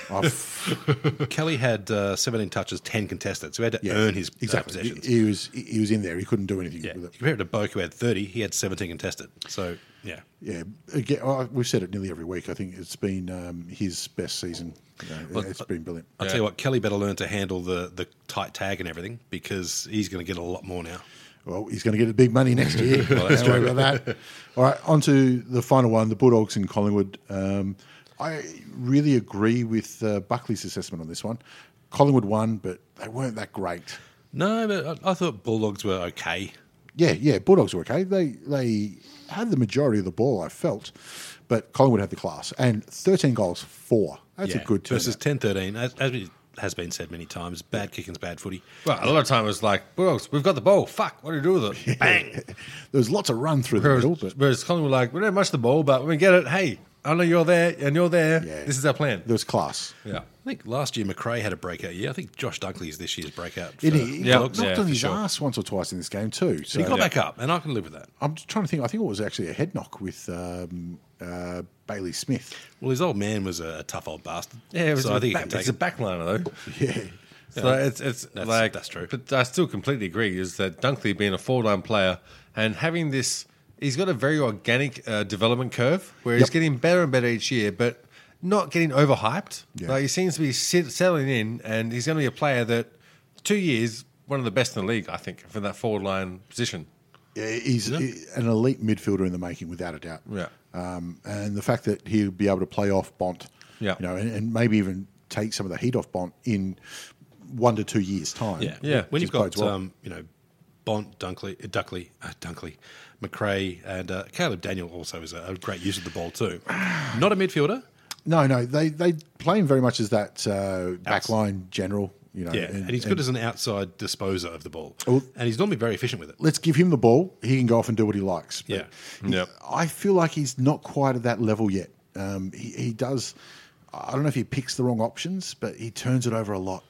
Speaker 1: I've-
Speaker 3: Kelly had uh, 17 touches, 10 contested, so he had to
Speaker 1: yeah,
Speaker 3: earn his uh,
Speaker 1: exactly.
Speaker 3: possessions.
Speaker 1: He, he was he he was in there. He couldn't do anything
Speaker 3: yeah.
Speaker 1: with it.
Speaker 3: Compared to Boke, who had 30, he had 17 contested. So, yeah.
Speaker 1: Yeah, again, I- we've said it nearly every week. I think it's been um, his best season. You know, it's been brilliant.
Speaker 3: I'll tell you what, Kelly better learn to handle the, the tight tag and everything because he's going to get a lot more now.
Speaker 1: Well, he's going to get the big money next year.
Speaker 3: that's
Speaker 1: Don't worry about that. All right, on to the final one the Bulldogs in Collingwood. Um, I really agree with uh, Buckley's assessment on this one. Collingwood won, but they weren't that great.
Speaker 3: No, but I, I thought Bulldogs were okay.
Speaker 1: Yeah, yeah, Bulldogs were okay. They they had the majority of the ball, I felt, but Collingwood had the class. And 13 goals, four. That's
Speaker 3: Yeah.
Speaker 1: a good turn.
Speaker 3: Versus 10 13, as, as it has been said many times, bad kicking's bad footy.
Speaker 2: Well, a lot of time it's like, Bulldogs, we've got the ball. Fuck, what do you do with it? Bang.
Speaker 1: there was lots of run through the
Speaker 2: Whereas,
Speaker 1: middle, but
Speaker 2: whereas Collingwood were like, we don't have much of the ball, but when we get it, hey, I know you're there and you're there.
Speaker 1: Yeah.
Speaker 2: This is our plan.
Speaker 1: there was class.
Speaker 2: yeah.
Speaker 3: I think last year McRae had a breakout year. I think Josh Dunkley is this year's breakout.
Speaker 1: And
Speaker 3: for
Speaker 1: he, he
Speaker 2: Yeah,
Speaker 1: got knocked
Speaker 2: yeah,
Speaker 1: on
Speaker 2: for
Speaker 1: his
Speaker 2: sure.
Speaker 1: ass once or twice in this game, too. So
Speaker 3: He got back up, and I can live with that.
Speaker 1: I'm just trying to think. I think it was actually a head knock with um, uh, Bailey Smith.
Speaker 3: Well, his old man was a, a tough old bastard.
Speaker 2: Yeah, it was
Speaker 3: so
Speaker 2: a
Speaker 3: I think he
Speaker 2: back,
Speaker 3: can take
Speaker 2: it's a
Speaker 3: it.
Speaker 2: backliner, though.
Speaker 1: Yeah,
Speaker 2: So it's it's
Speaker 3: That's-
Speaker 2: like
Speaker 3: that's true.
Speaker 2: But I still completely agree. Is that Dunkley being a forward line player and having this, he's got a very organic uh, development curve where he's
Speaker 1: Yep.
Speaker 2: getting better and better each year, but not getting overhyped.
Speaker 1: Yeah.
Speaker 2: Like he seems to be sit, settling in, and he's going to be a player that two years one of the best in the league, I think, from that forward line position.
Speaker 1: Yeah, he's he- an elite midfielder in the making, without a doubt.
Speaker 2: Yeah.
Speaker 1: um, and the fact that he'll be able to play off Bont,
Speaker 2: Yeah.
Speaker 1: you know, and, and maybe even take some of the heat off Bont in one to two years' time.
Speaker 3: Yeah,
Speaker 2: Yeah.
Speaker 3: When
Speaker 1: Just
Speaker 3: you've
Speaker 1: bodes
Speaker 3: got
Speaker 1: well.
Speaker 3: um, you know Bont, Dunkley, uh, Dunkley, uh, Dunkley, McRae, and uh, Caleb Daniel also is a, a great use of the ball too. Not a midfielder.
Speaker 1: no, no, they they play him very much as that uh,
Speaker 3: Outs-
Speaker 1: backline general, you know.
Speaker 3: Yeah, and, he's good as an outside disposer of the ball,
Speaker 1: Oh.
Speaker 3: and he's normally very efficient with it.
Speaker 1: let's give him the ball. He can go off and do what he likes. But
Speaker 3: Yeah.
Speaker 1: he-
Speaker 2: Yep.
Speaker 1: I feel like he's not quite at that level yet. Um, he, he does. I don't know if he picks the wrong options, but he turns it over a lot.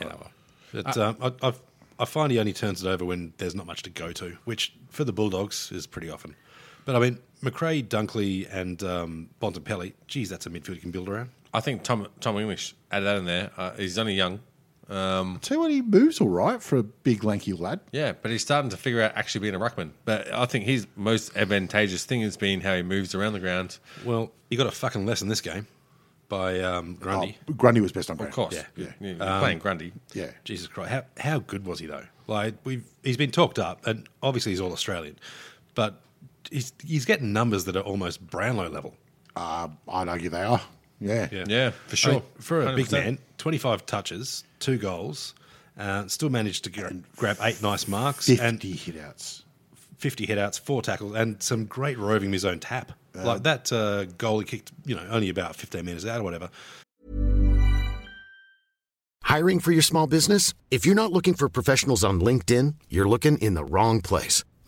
Speaker 3: Yeah, well. but um, I, I've, I find he only turns it over when there's not much to go to, which for the Bulldogs is pretty often. But I mean, McRae, Dunkley, and um, Bontempelli, geez, that's a midfield you can build around.
Speaker 2: I think Tom Tom English added that in there. Uh, he's only young.
Speaker 1: Tell you what, he moves all right for a big lanky lad.
Speaker 2: Yeah, but he's starting to figure out actually being a ruckman. But I think his most advantageous thing has been how he moves around the ground.
Speaker 3: Well, you got a fucking lesson this game. by um, Grundy.
Speaker 1: Oh, Grundy was best on ground.
Speaker 2: Of course.
Speaker 3: Yeah.
Speaker 2: Yeah. yeah. You're
Speaker 3: Um,
Speaker 2: playing Grundy.
Speaker 1: Yeah.
Speaker 3: Jesus Christ, how how good was he though? Like we've he's been talked up, and obviously he's all Australian, but he's he's getting numbers that are almost Brownlow level.
Speaker 1: Uh, I'd argue they are. Yeah.
Speaker 2: Yeah, for sure.
Speaker 3: I mean, for a big
Speaker 2: 100%.
Speaker 3: man, twenty five touches, two goals, uh, still managed to gra- grab eight nice marks
Speaker 1: 50
Speaker 3: and
Speaker 1: hit outs.
Speaker 3: fifty headouts, four tackles, and some great roving his own tap. like that uh, goal he kicked, you know, only about fifteen minutes out or whatever.
Speaker 4: Hiring for your small business? If you're not looking for professionals on LinkedIn, you're looking in the wrong place.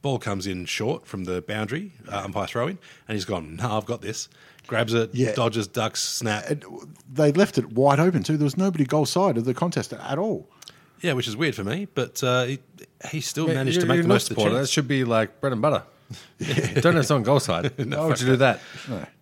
Speaker 3: Ball comes in short from the boundary, uh, umpire throwing, and he's gone. No, I've got this. Grabs it,
Speaker 1: Yeah.
Speaker 3: dodges, ducks, snap.
Speaker 1: And they left it wide open too. There was nobody goal side of the contest at all.
Speaker 3: yeah, which is weird for me, but uh, he, he still
Speaker 2: Yeah,
Speaker 3: managed
Speaker 2: you're-
Speaker 3: to make
Speaker 2: you're
Speaker 3: the
Speaker 2: not
Speaker 3: most of the
Speaker 2: supporter. That
Speaker 3: chance.
Speaker 2: should be like bread and butter. Don't have someone goal side. Why would you do that?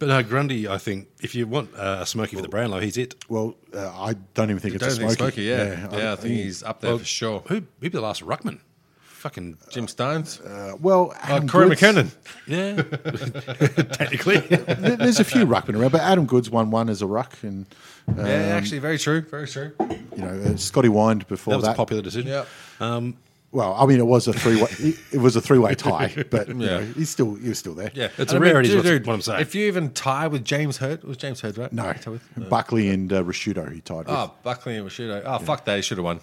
Speaker 3: But no, Grundy, I think if you want uh, a smoky for the Brownlow, he's it.
Speaker 1: Well, uh, I don't even think it's
Speaker 2: Don't
Speaker 1: a
Speaker 2: think
Speaker 1: smoky.
Speaker 2: Smokey, yeah. Yeah, I, think he's up there
Speaker 3: Well,
Speaker 2: for sure.
Speaker 3: Who who'd be the last ruckman? Fucking
Speaker 2: Jim Stones?
Speaker 1: Uh, well,
Speaker 2: oh,
Speaker 1: Adam
Speaker 2: Corey
Speaker 1: Goods-
Speaker 2: McKinnon.
Speaker 3: yeah, technically.
Speaker 1: There- There's a few ruckmen around, but Adam Goods won one as a ruck, and
Speaker 3: um,
Speaker 1: uh,
Speaker 2: yeah, actually, very true. Very true.
Speaker 1: you know uh, Scotty Wind before
Speaker 3: That
Speaker 1: that.
Speaker 3: was a popular decision.
Speaker 2: Yeah.
Speaker 3: Um,
Speaker 1: Well, I mean, it was a three way. it, it was a three way tie, but you know, he's still he was still there.
Speaker 2: Yeah. And
Speaker 3: It's a
Speaker 2: I mean,
Speaker 3: rarity is
Speaker 2: dude,
Speaker 3: what's-
Speaker 2: dude,
Speaker 3: what I'm saying.
Speaker 2: If you even tie with James Hurd, it was James Hurd, right?
Speaker 1: No,
Speaker 2: You tie with-
Speaker 1: Buckley and uh, Rashudo he tied with.
Speaker 3: Ah.
Speaker 2: Oh, Buckley and Rashudo. Oh, fuck that. He should have won.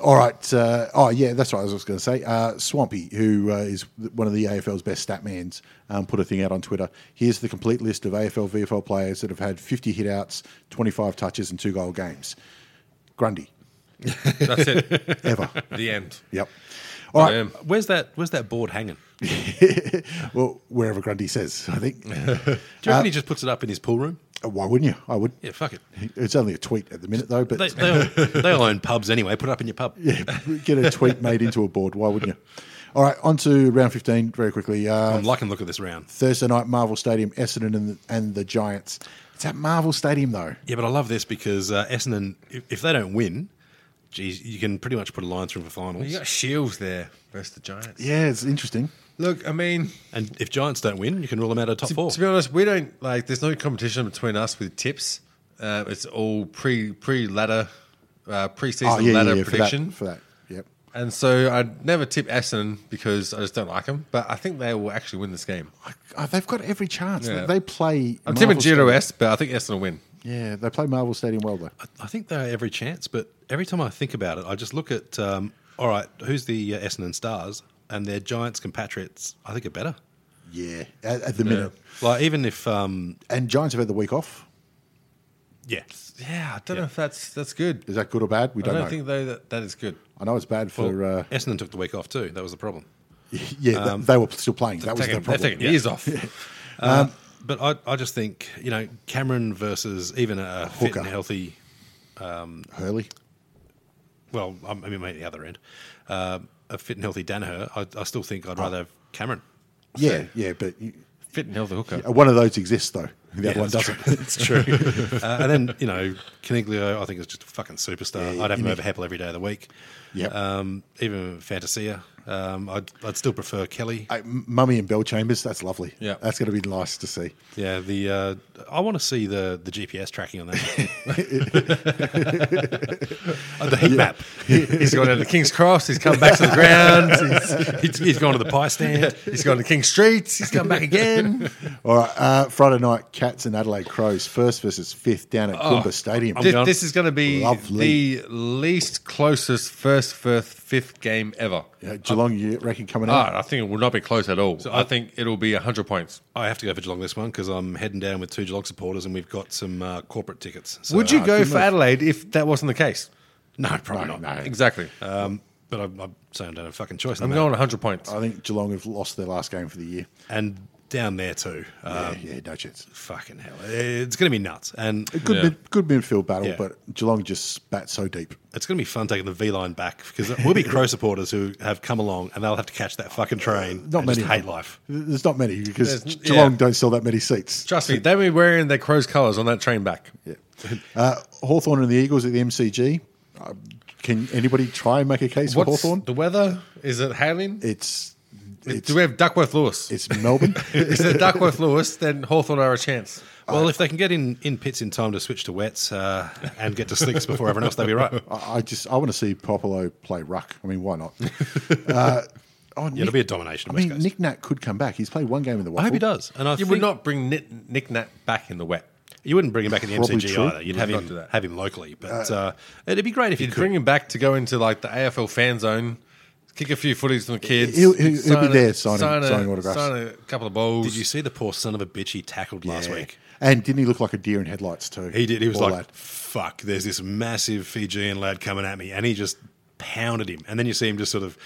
Speaker 1: All right. Uh, oh, yeah, that's right. I was going to say. Uh, Swampy, who uh, is one of the AFL's best statmans, um, put a thing out on Twitter. Here's the complete list of AFL VFL players that have had 50 hitouts, 25 touches, and two goal games. Grundy,
Speaker 2: That's it.
Speaker 1: ever.
Speaker 2: the end.
Speaker 1: yep. All right.
Speaker 2: Damn.
Speaker 3: where's that? Where's that board hanging? Do you
Speaker 1: Well, wherever Grundy says, I think. Uh,
Speaker 3: reckon he just puts it up in his pool room?
Speaker 1: Why wouldn't you? I would.
Speaker 3: Yeah, fuck it.
Speaker 1: It's only a tweet at the minute, though, but
Speaker 3: They, they, all, they all own pubs anyway. Put it up in your pub.
Speaker 1: get a tweet made into a board. Why wouldn't you? All right, on to round 15 very quickly. Uh,
Speaker 3: I'm liking the look of this round.
Speaker 1: Thursday night, Marvel Stadium, Essendon and the, and the Giants. It's at Marvel Stadium, though.
Speaker 3: Yeah, but I love this because uh, Essendon, if, if they don't win, geez, you can pretty much put a line through for finals.
Speaker 2: You got Shields there versus the Giants.
Speaker 1: Yeah, it's interesting.
Speaker 2: Look, I mean,
Speaker 3: And if Giants don't win, you can rule them out of top four.
Speaker 2: to be honest, we don't like. There's no competition between us with tips. Uh, it's all pre pre ladder, uh, pre season
Speaker 1: Oh, yeah, yeah,
Speaker 2: ladder
Speaker 1: yeah, for
Speaker 2: prediction.
Speaker 1: that. For that. Yep.
Speaker 2: And so I'd never tip Essendon because I just don't like them. But I think they will actually win this game.
Speaker 1: Oh, they've got every chance.
Speaker 2: Yeah.
Speaker 1: They play.
Speaker 2: I'm
Speaker 1: Marvel
Speaker 2: tipping Giro
Speaker 1: Stadium-
Speaker 2: S, but I think Essendon will win.
Speaker 1: Yeah, they play Marvel Stadium well, though.
Speaker 3: I think they are every chance, but every time I think about it, I just look at, um, all right, who's the uh, Essendon Stars? And their Giants compatriots, I think, are better.
Speaker 1: Yeah, at, at the minute.
Speaker 3: Like, even if, um,
Speaker 1: And Giants have had the week off.
Speaker 3: yeah.
Speaker 2: Yeah, I don't know if that's that's good.
Speaker 1: Is that good or bad? We
Speaker 2: I
Speaker 1: don't,
Speaker 2: don't
Speaker 1: know.
Speaker 2: think though that that is good.
Speaker 1: I know it's bad for. uh,
Speaker 3: Essendon took the week off too. That was the problem.
Speaker 1: yeah, th-
Speaker 2: um,
Speaker 1: they were still playing. That was
Speaker 2: Taking-
Speaker 1: their
Speaker 2: they're
Speaker 1: problem.
Speaker 2: taking years off.
Speaker 3: Um, but I, I just think, you know, Cameron versus even a fit
Speaker 1: Hooker.
Speaker 3: and healthy
Speaker 1: Hurley.
Speaker 3: well, I mean, maybe the other end, uh, a fit and healthy Danaher, I, I still think
Speaker 1: Ah.
Speaker 3: I'd rather have Cameron.
Speaker 1: Yeah, yeah, but you-
Speaker 2: Fit and healthy hooker.
Speaker 1: one of those exists, though. The other one
Speaker 3: that's
Speaker 1: doesn't.
Speaker 3: True. That's true. uh, and then, you know, Caniglio, I think, is just a fucking superstar. I'd have him over Heppel every day of the week.
Speaker 1: Yep.
Speaker 3: Um, even Fantasia. Um, I'd, I'd still prefer Kelly.
Speaker 1: Hey, M- Mummy and Bell Chambers, that's lovely.
Speaker 3: Yeah.
Speaker 1: That's going to be nice to see.
Speaker 3: yeah, the uh, I want to see the the GPS tracking on that. Uh, the heat map.
Speaker 2: He's gone down to King's Cross. He's come back to the ground. He's, he's, he's gone to the pie stand. He's gone to King Streets. He's come back again.
Speaker 1: All right. Uh, Friday night, Cats and Adelaide Crows, first versus fifth down at Coomba Stadium.
Speaker 2: Thi- Oh, This, is going to be
Speaker 1: Lovely.
Speaker 2: the least closest first, first, fifth game ever.
Speaker 1: Uh, Geelong, you reckon coming out?
Speaker 2: Ah, I think it will not be close at all. I think it'll be 100 points.
Speaker 3: I have to go for Geelong this one because I'm heading down with two Geelong supporters and we've got some uh, corporate tickets. So,
Speaker 2: Would you
Speaker 3: uh,
Speaker 2: go for Adelaide if that wasn't the case?
Speaker 3: No, probably not.
Speaker 2: Exactly.
Speaker 3: Um, but I'm, I'm saying I don't have a fucking choice. in
Speaker 2: I'm
Speaker 3: that. Uh,
Speaker 2: going 100 points.
Speaker 1: I think Geelong have lost their last game for the year.
Speaker 3: and down there too. Um,
Speaker 1: yeah, yeah, no chance.
Speaker 3: Fucking hell, it's going to be nuts, and
Speaker 1: Good, mid, good midfield battle,
Speaker 3: Yeah.
Speaker 1: but Geelong just spat so deep.
Speaker 3: it's going to be fun taking the V line back because we'll be Crow supporters who have come along and they'll have to catch that fucking train.
Speaker 1: Not
Speaker 3: and
Speaker 1: many.
Speaker 3: just hate life.
Speaker 1: There's not many because
Speaker 2: There's-
Speaker 1: Geelong
Speaker 2: yeah.
Speaker 1: don't sell that many seats.
Speaker 2: Trust me, they were wearing their crow's colours on that train back.
Speaker 1: Uh, Hawthorne and the Eagles at the MCG. Uh, can anybody try and make a case for
Speaker 2: What's
Speaker 1: Hawthorn?
Speaker 2: the weather? Is it hailing?
Speaker 1: It's it's,
Speaker 2: Do we have Duckworth Lewis?
Speaker 1: it's Melbourne.
Speaker 2: Is it Duckworth Lewis? Then Hawthorn are a chance.
Speaker 3: Well, if they can get in, in pits in time to switch to wets uh, and get to slicks before everyone else, they'll be right. Yeah,
Speaker 1: I I just I want to see Popolo play ruck. I mean, why not? Uh, oh,
Speaker 3: it'll be a domination.
Speaker 1: I
Speaker 3: in West
Speaker 1: mean,
Speaker 3: Coast.
Speaker 1: Nick Nat could come back. He's played one game in the
Speaker 3: I
Speaker 1: Waffle.
Speaker 3: hope he does. And I
Speaker 2: You
Speaker 3: think
Speaker 2: would not bring Nick, Nick Nat back in the wet.
Speaker 3: You wouldn't bring him back in the
Speaker 1: Probably
Speaker 3: MCG
Speaker 1: true.
Speaker 3: either. You'd have
Speaker 2: not do
Speaker 3: him
Speaker 2: that.
Speaker 3: have him locally, but uh, it'd be great if you
Speaker 2: You'd
Speaker 3: could.
Speaker 2: bring him back to go into like the AFL fan zone, kick a few footies from the kids.
Speaker 1: He'll- he'll- he'll
Speaker 2: sign
Speaker 1: be
Speaker 2: a-
Speaker 1: there signing-
Speaker 2: sign a-
Speaker 1: signing autographs.
Speaker 2: sign a couple of balls.
Speaker 3: Did you see the poor son of a bitch he tackled last week?
Speaker 1: And didn't he look like a deer in headlights too?
Speaker 3: He did. He was
Speaker 1: Poor
Speaker 3: like,
Speaker 1: lad.
Speaker 3: "Fuck!" There's this massive Fijian lad coming at me, and he just pounded him. And then you see him just sort of,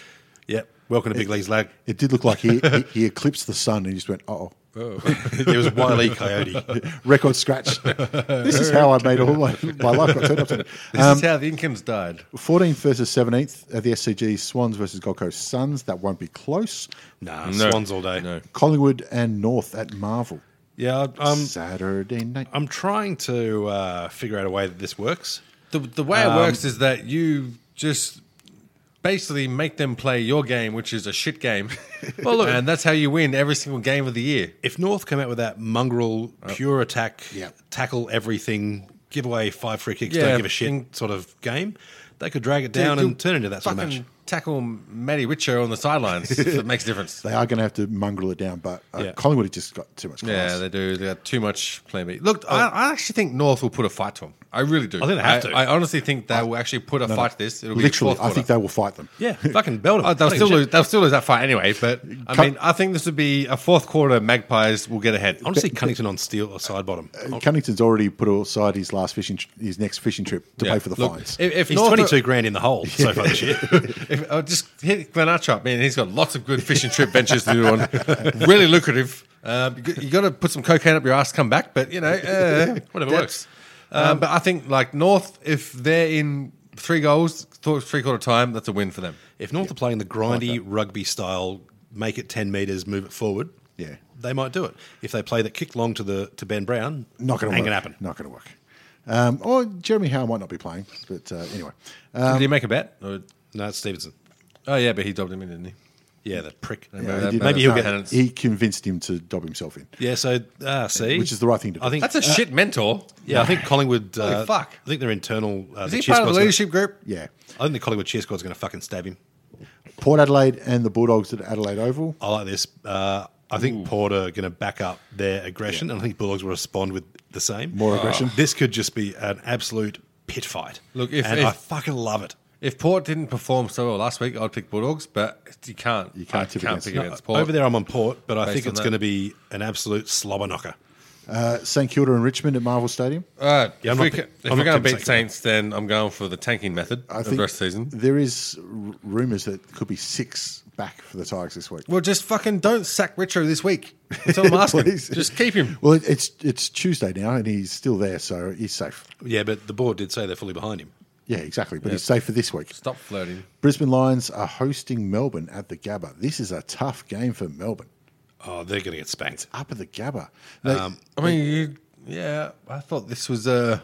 Speaker 3: "Yep, welcome to big leagues, lad."
Speaker 1: it did look like he, he, he eclipsed the sun, and he just went, "Oh,
Speaker 3: it was Wiley Coyote.
Speaker 1: record scratch." this is how I made all my, my life got turned upside.
Speaker 2: This
Speaker 1: down. Um,
Speaker 2: is how the Incans died.
Speaker 1: 14th versus 17th at the SCG. Swans versus Gold Coast Suns. That won't be close.
Speaker 3: Nah,
Speaker 2: No.
Speaker 3: swans all day.
Speaker 2: No.
Speaker 1: Collingwood and North at Marvel.
Speaker 3: Yeah, um,
Speaker 1: Saturday night.
Speaker 2: um,
Speaker 3: I'm trying to uh, figure out a way that this works.
Speaker 2: The, the way it works is that you just basically make them play your game, which is a shit game. well, look, and that's how you win every single game of the year.
Speaker 3: If North come out with that mongrel, pure attack,
Speaker 1: Yeah.
Speaker 3: tackle everything, give away five free kicks,
Speaker 2: Yeah,
Speaker 3: don't give a shit
Speaker 2: and-
Speaker 3: sort of game, they could drag it down
Speaker 2: Dude,
Speaker 3: and turn into that sort of
Speaker 2: fucking
Speaker 3: match.
Speaker 2: Tackle Matty Richo on the sidelines. if it makes a difference.
Speaker 1: They are going to have to mongrel it down, but uh,
Speaker 3: Yeah.
Speaker 1: Collingwood have just got too much class.
Speaker 2: Yeah, they do. They got too much plan B. Look, I, I actually think North will put a fight to them. I really do.
Speaker 3: Oh. I think they have to.
Speaker 2: I honestly think they will actually put a
Speaker 1: No, no.
Speaker 2: fight to this. It'll
Speaker 1: Literally,
Speaker 2: be
Speaker 1: I think they will fight them.
Speaker 3: Yeah, fucking belt 'em.
Speaker 2: they'll
Speaker 3: Fucking
Speaker 2: still
Speaker 3: shit.
Speaker 2: lose. They'll still lose that fight anyway. But I
Speaker 1: Cut-
Speaker 2: mean, I think this would be a fourth quarter. Magpies will get ahead.
Speaker 3: I want to see Cunnington on steel or side bottom.
Speaker 1: Uh, Cunnington's already put aside his last fishing, tr- his next fishing trip to
Speaker 2: Yeah,
Speaker 1: pay for the
Speaker 2: look,
Speaker 1: fines.
Speaker 2: If, if
Speaker 3: He's
Speaker 2: North,
Speaker 3: 22 grand in the hole so far this year.
Speaker 2: if, oh, just hit Glen up, man. He's got lots of good fishing trip ventures to do on. really lucrative. Um, you got, to put some cocaine up your ass, to come back, but you know, uh, whatever works.
Speaker 3: Depths.
Speaker 2: Um, but I think like North, if they're in three goals, three quarter time, that's a win for them.
Speaker 3: If North are playing the grindy rugby style, make it 10 metres, move it forward,
Speaker 1: Yeah.
Speaker 3: they might do it. If they play that kick long to the to Ben Brown,
Speaker 1: Not going to
Speaker 3: ain't
Speaker 1: work.
Speaker 3: gonna happen.
Speaker 1: Not going to work. Um, or Jeremy Howe might not be playing, but uh, anyway. Uh,
Speaker 2: Did he make a bet? Or,
Speaker 3: No, it's Stevenson.
Speaker 2: oh yeah, but he dobbed him in, didn't he?
Speaker 3: Yeah, that prick.
Speaker 2: Maybe that-
Speaker 1: he did.
Speaker 2: maybe he'll get.
Speaker 3: Penance.
Speaker 1: he convinced him to dob himself in.
Speaker 3: Yeah, so uh, see,
Speaker 1: Which is the right thing to do.
Speaker 3: I think uh,
Speaker 2: That's a shit mentor.
Speaker 3: yeah, I think Collingwood.
Speaker 2: Holy
Speaker 3: Uh,
Speaker 2: fuck.
Speaker 3: I think their internal. Uh,
Speaker 2: Is
Speaker 3: the
Speaker 2: he
Speaker 3: cheer
Speaker 2: part of the
Speaker 3: squad's
Speaker 2: leadership group?
Speaker 1: Yeah.
Speaker 3: Gonna, I think the Collingwood cheer squad's going to fucking stab him.
Speaker 1: Port Adelaide and the Bulldogs at Adelaide Oval.
Speaker 3: I like this. Uh, I think Port are going to back up their aggression, and I think Bulldogs will respond with the same
Speaker 1: More aggression.
Speaker 3: This could just be an absolute pit fight.
Speaker 2: Look, if-
Speaker 3: and
Speaker 2: if-
Speaker 3: I fucking love it.
Speaker 2: If Port didn't perform so well last week, I'd pick Bulldogs, but you can't. You
Speaker 1: can't tip against-
Speaker 2: pick
Speaker 1: No,
Speaker 2: against Port.
Speaker 3: Uh, Over there, I'm on Port, but I
Speaker 2: Based
Speaker 3: think
Speaker 2: on
Speaker 3: it's
Speaker 2: that.
Speaker 3: going to be an absolute slobber knocker.
Speaker 1: Uh, St Kilda and Richmond at Marvel Stadium.
Speaker 2: Uh, if
Speaker 3: Yeah, I'm
Speaker 2: we
Speaker 3: not-
Speaker 2: ca- if
Speaker 3: I'm
Speaker 2: we're
Speaker 3: not
Speaker 2: going
Speaker 3: Tim
Speaker 2: to beat
Speaker 3: Sackett.
Speaker 2: Saints, then I'm going for the tanking method
Speaker 1: I
Speaker 2: of
Speaker 1: think
Speaker 2: the rest of the season.
Speaker 1: there is r- rumours that could be six back for the Tigers this week.
Speaker 2: Well, just fucking don't sack Richo this week. That's all I'm asking.
Speaker 1: Please.
Speaker 2: just keep him.
Speaker 1: Well, it, it's it's Tuesday now, and he's still there, so he's safe.
Speaker 3: Yeah, but the board did say they're fully behind him.
Speaker 1: Yeah, exactly. But he's safe for this week.
Speaker 2: Stop flirting.
Speaker 1: Brisbane Lions are hosting Melbourne at the Gabba. This is a tough game for Melbourne.
Speaker 3: Oh, they're going to get spanked. Um,
Speaker 1: Up at the Gabba. They-
Speaker 2: I mean, you, yeah, I thought this was a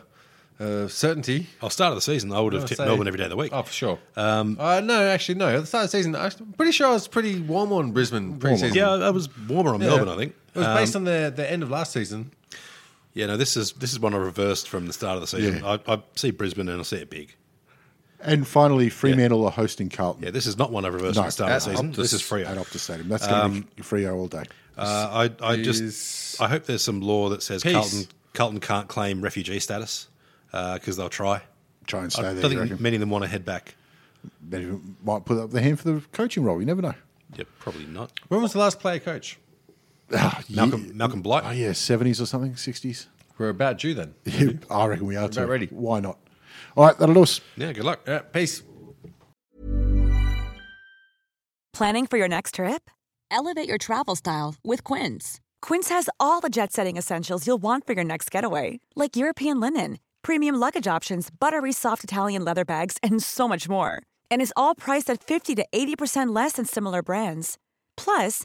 Speaker 2: uh, certainty.
Speaker 3: I'll Oh, start of the season. I would have
Speaker 2: I'd
Speaker 3: tipped
Speaker 2: say-
Speaker 3: Melbourne every day of the week. Um,
Speaker 2: Oh, for sure. uh, no, actually, no. At the start of the season, I'm pretty sure I was pretty warm on Brisbane preseason.
Speaker 3: yeah, I was warmer on
Speaker 2: Yeah.
Speaker 3: Melbourne. I think
Speaker 2: It was
Speaker 3: Um,
Speaker 2: based on the, the end of last season.
Speaker 3: Yeah, no, this is this is one I reversed from the start of the season.
Speaker 1: Yeah.
Speaker 3: I, I see Brisbane and I see it big.
Speaker 1: And finally, Fremantle are hosting Carlton.
Speaker 3: Yeah, this is not one I reversed from the start of the
Speaker 1: at
Speaker 3: season.
Speaker 1: Optus-
Speaker 3: This is free. Um,
Speaker 1: At Optus Stadium. That's going to be Frio all day.
Speaker 3: Uh, I, I
Speaker 2: is-
Speaker 3: just I hope there's some law that says
Speaker 2: Peace.
Speaker 3: Carlton Carlton can't claim refugee status because they'll try.
Speaker 1: Try and stay
Speaker 3: I
Speaker 1: there,
Speaker 3: don't
Speaker 1: you
Speaker 3: think
Speaker 1: reckon?
Speaker 3: many of them want to head back.
Speaker 1: They might put up their hand for the coaching role. You never know.
Speaker 3: Yeah, probably not.
Speaker 2: When was the last player coach?
Speaker 3: Ah, Malcolm Malcolm Blight.
Speaker 1: Oh, yeah, 70s or something, 60s.
Speaker 2: We're about due then.
Speaker 1: Yeah, I reckon we are too.
Speaker 2: ready.
Speaker 1: Why not? All right, that'll do us.
Speaker 3: yeah, good luck.
Speaker 2: Uh, peace.
Speaker 5: Planning for your next trip?
Speaker 6: Elevate your travel style with Quince.
Speaker 5: Quince has all the jet setting essentials you'll want for your next getaway, like European linen, premium luggage options, buttery soft Italian leather bags, and so much more. And is all priced at 50 to 80% less than similar brands. Plus,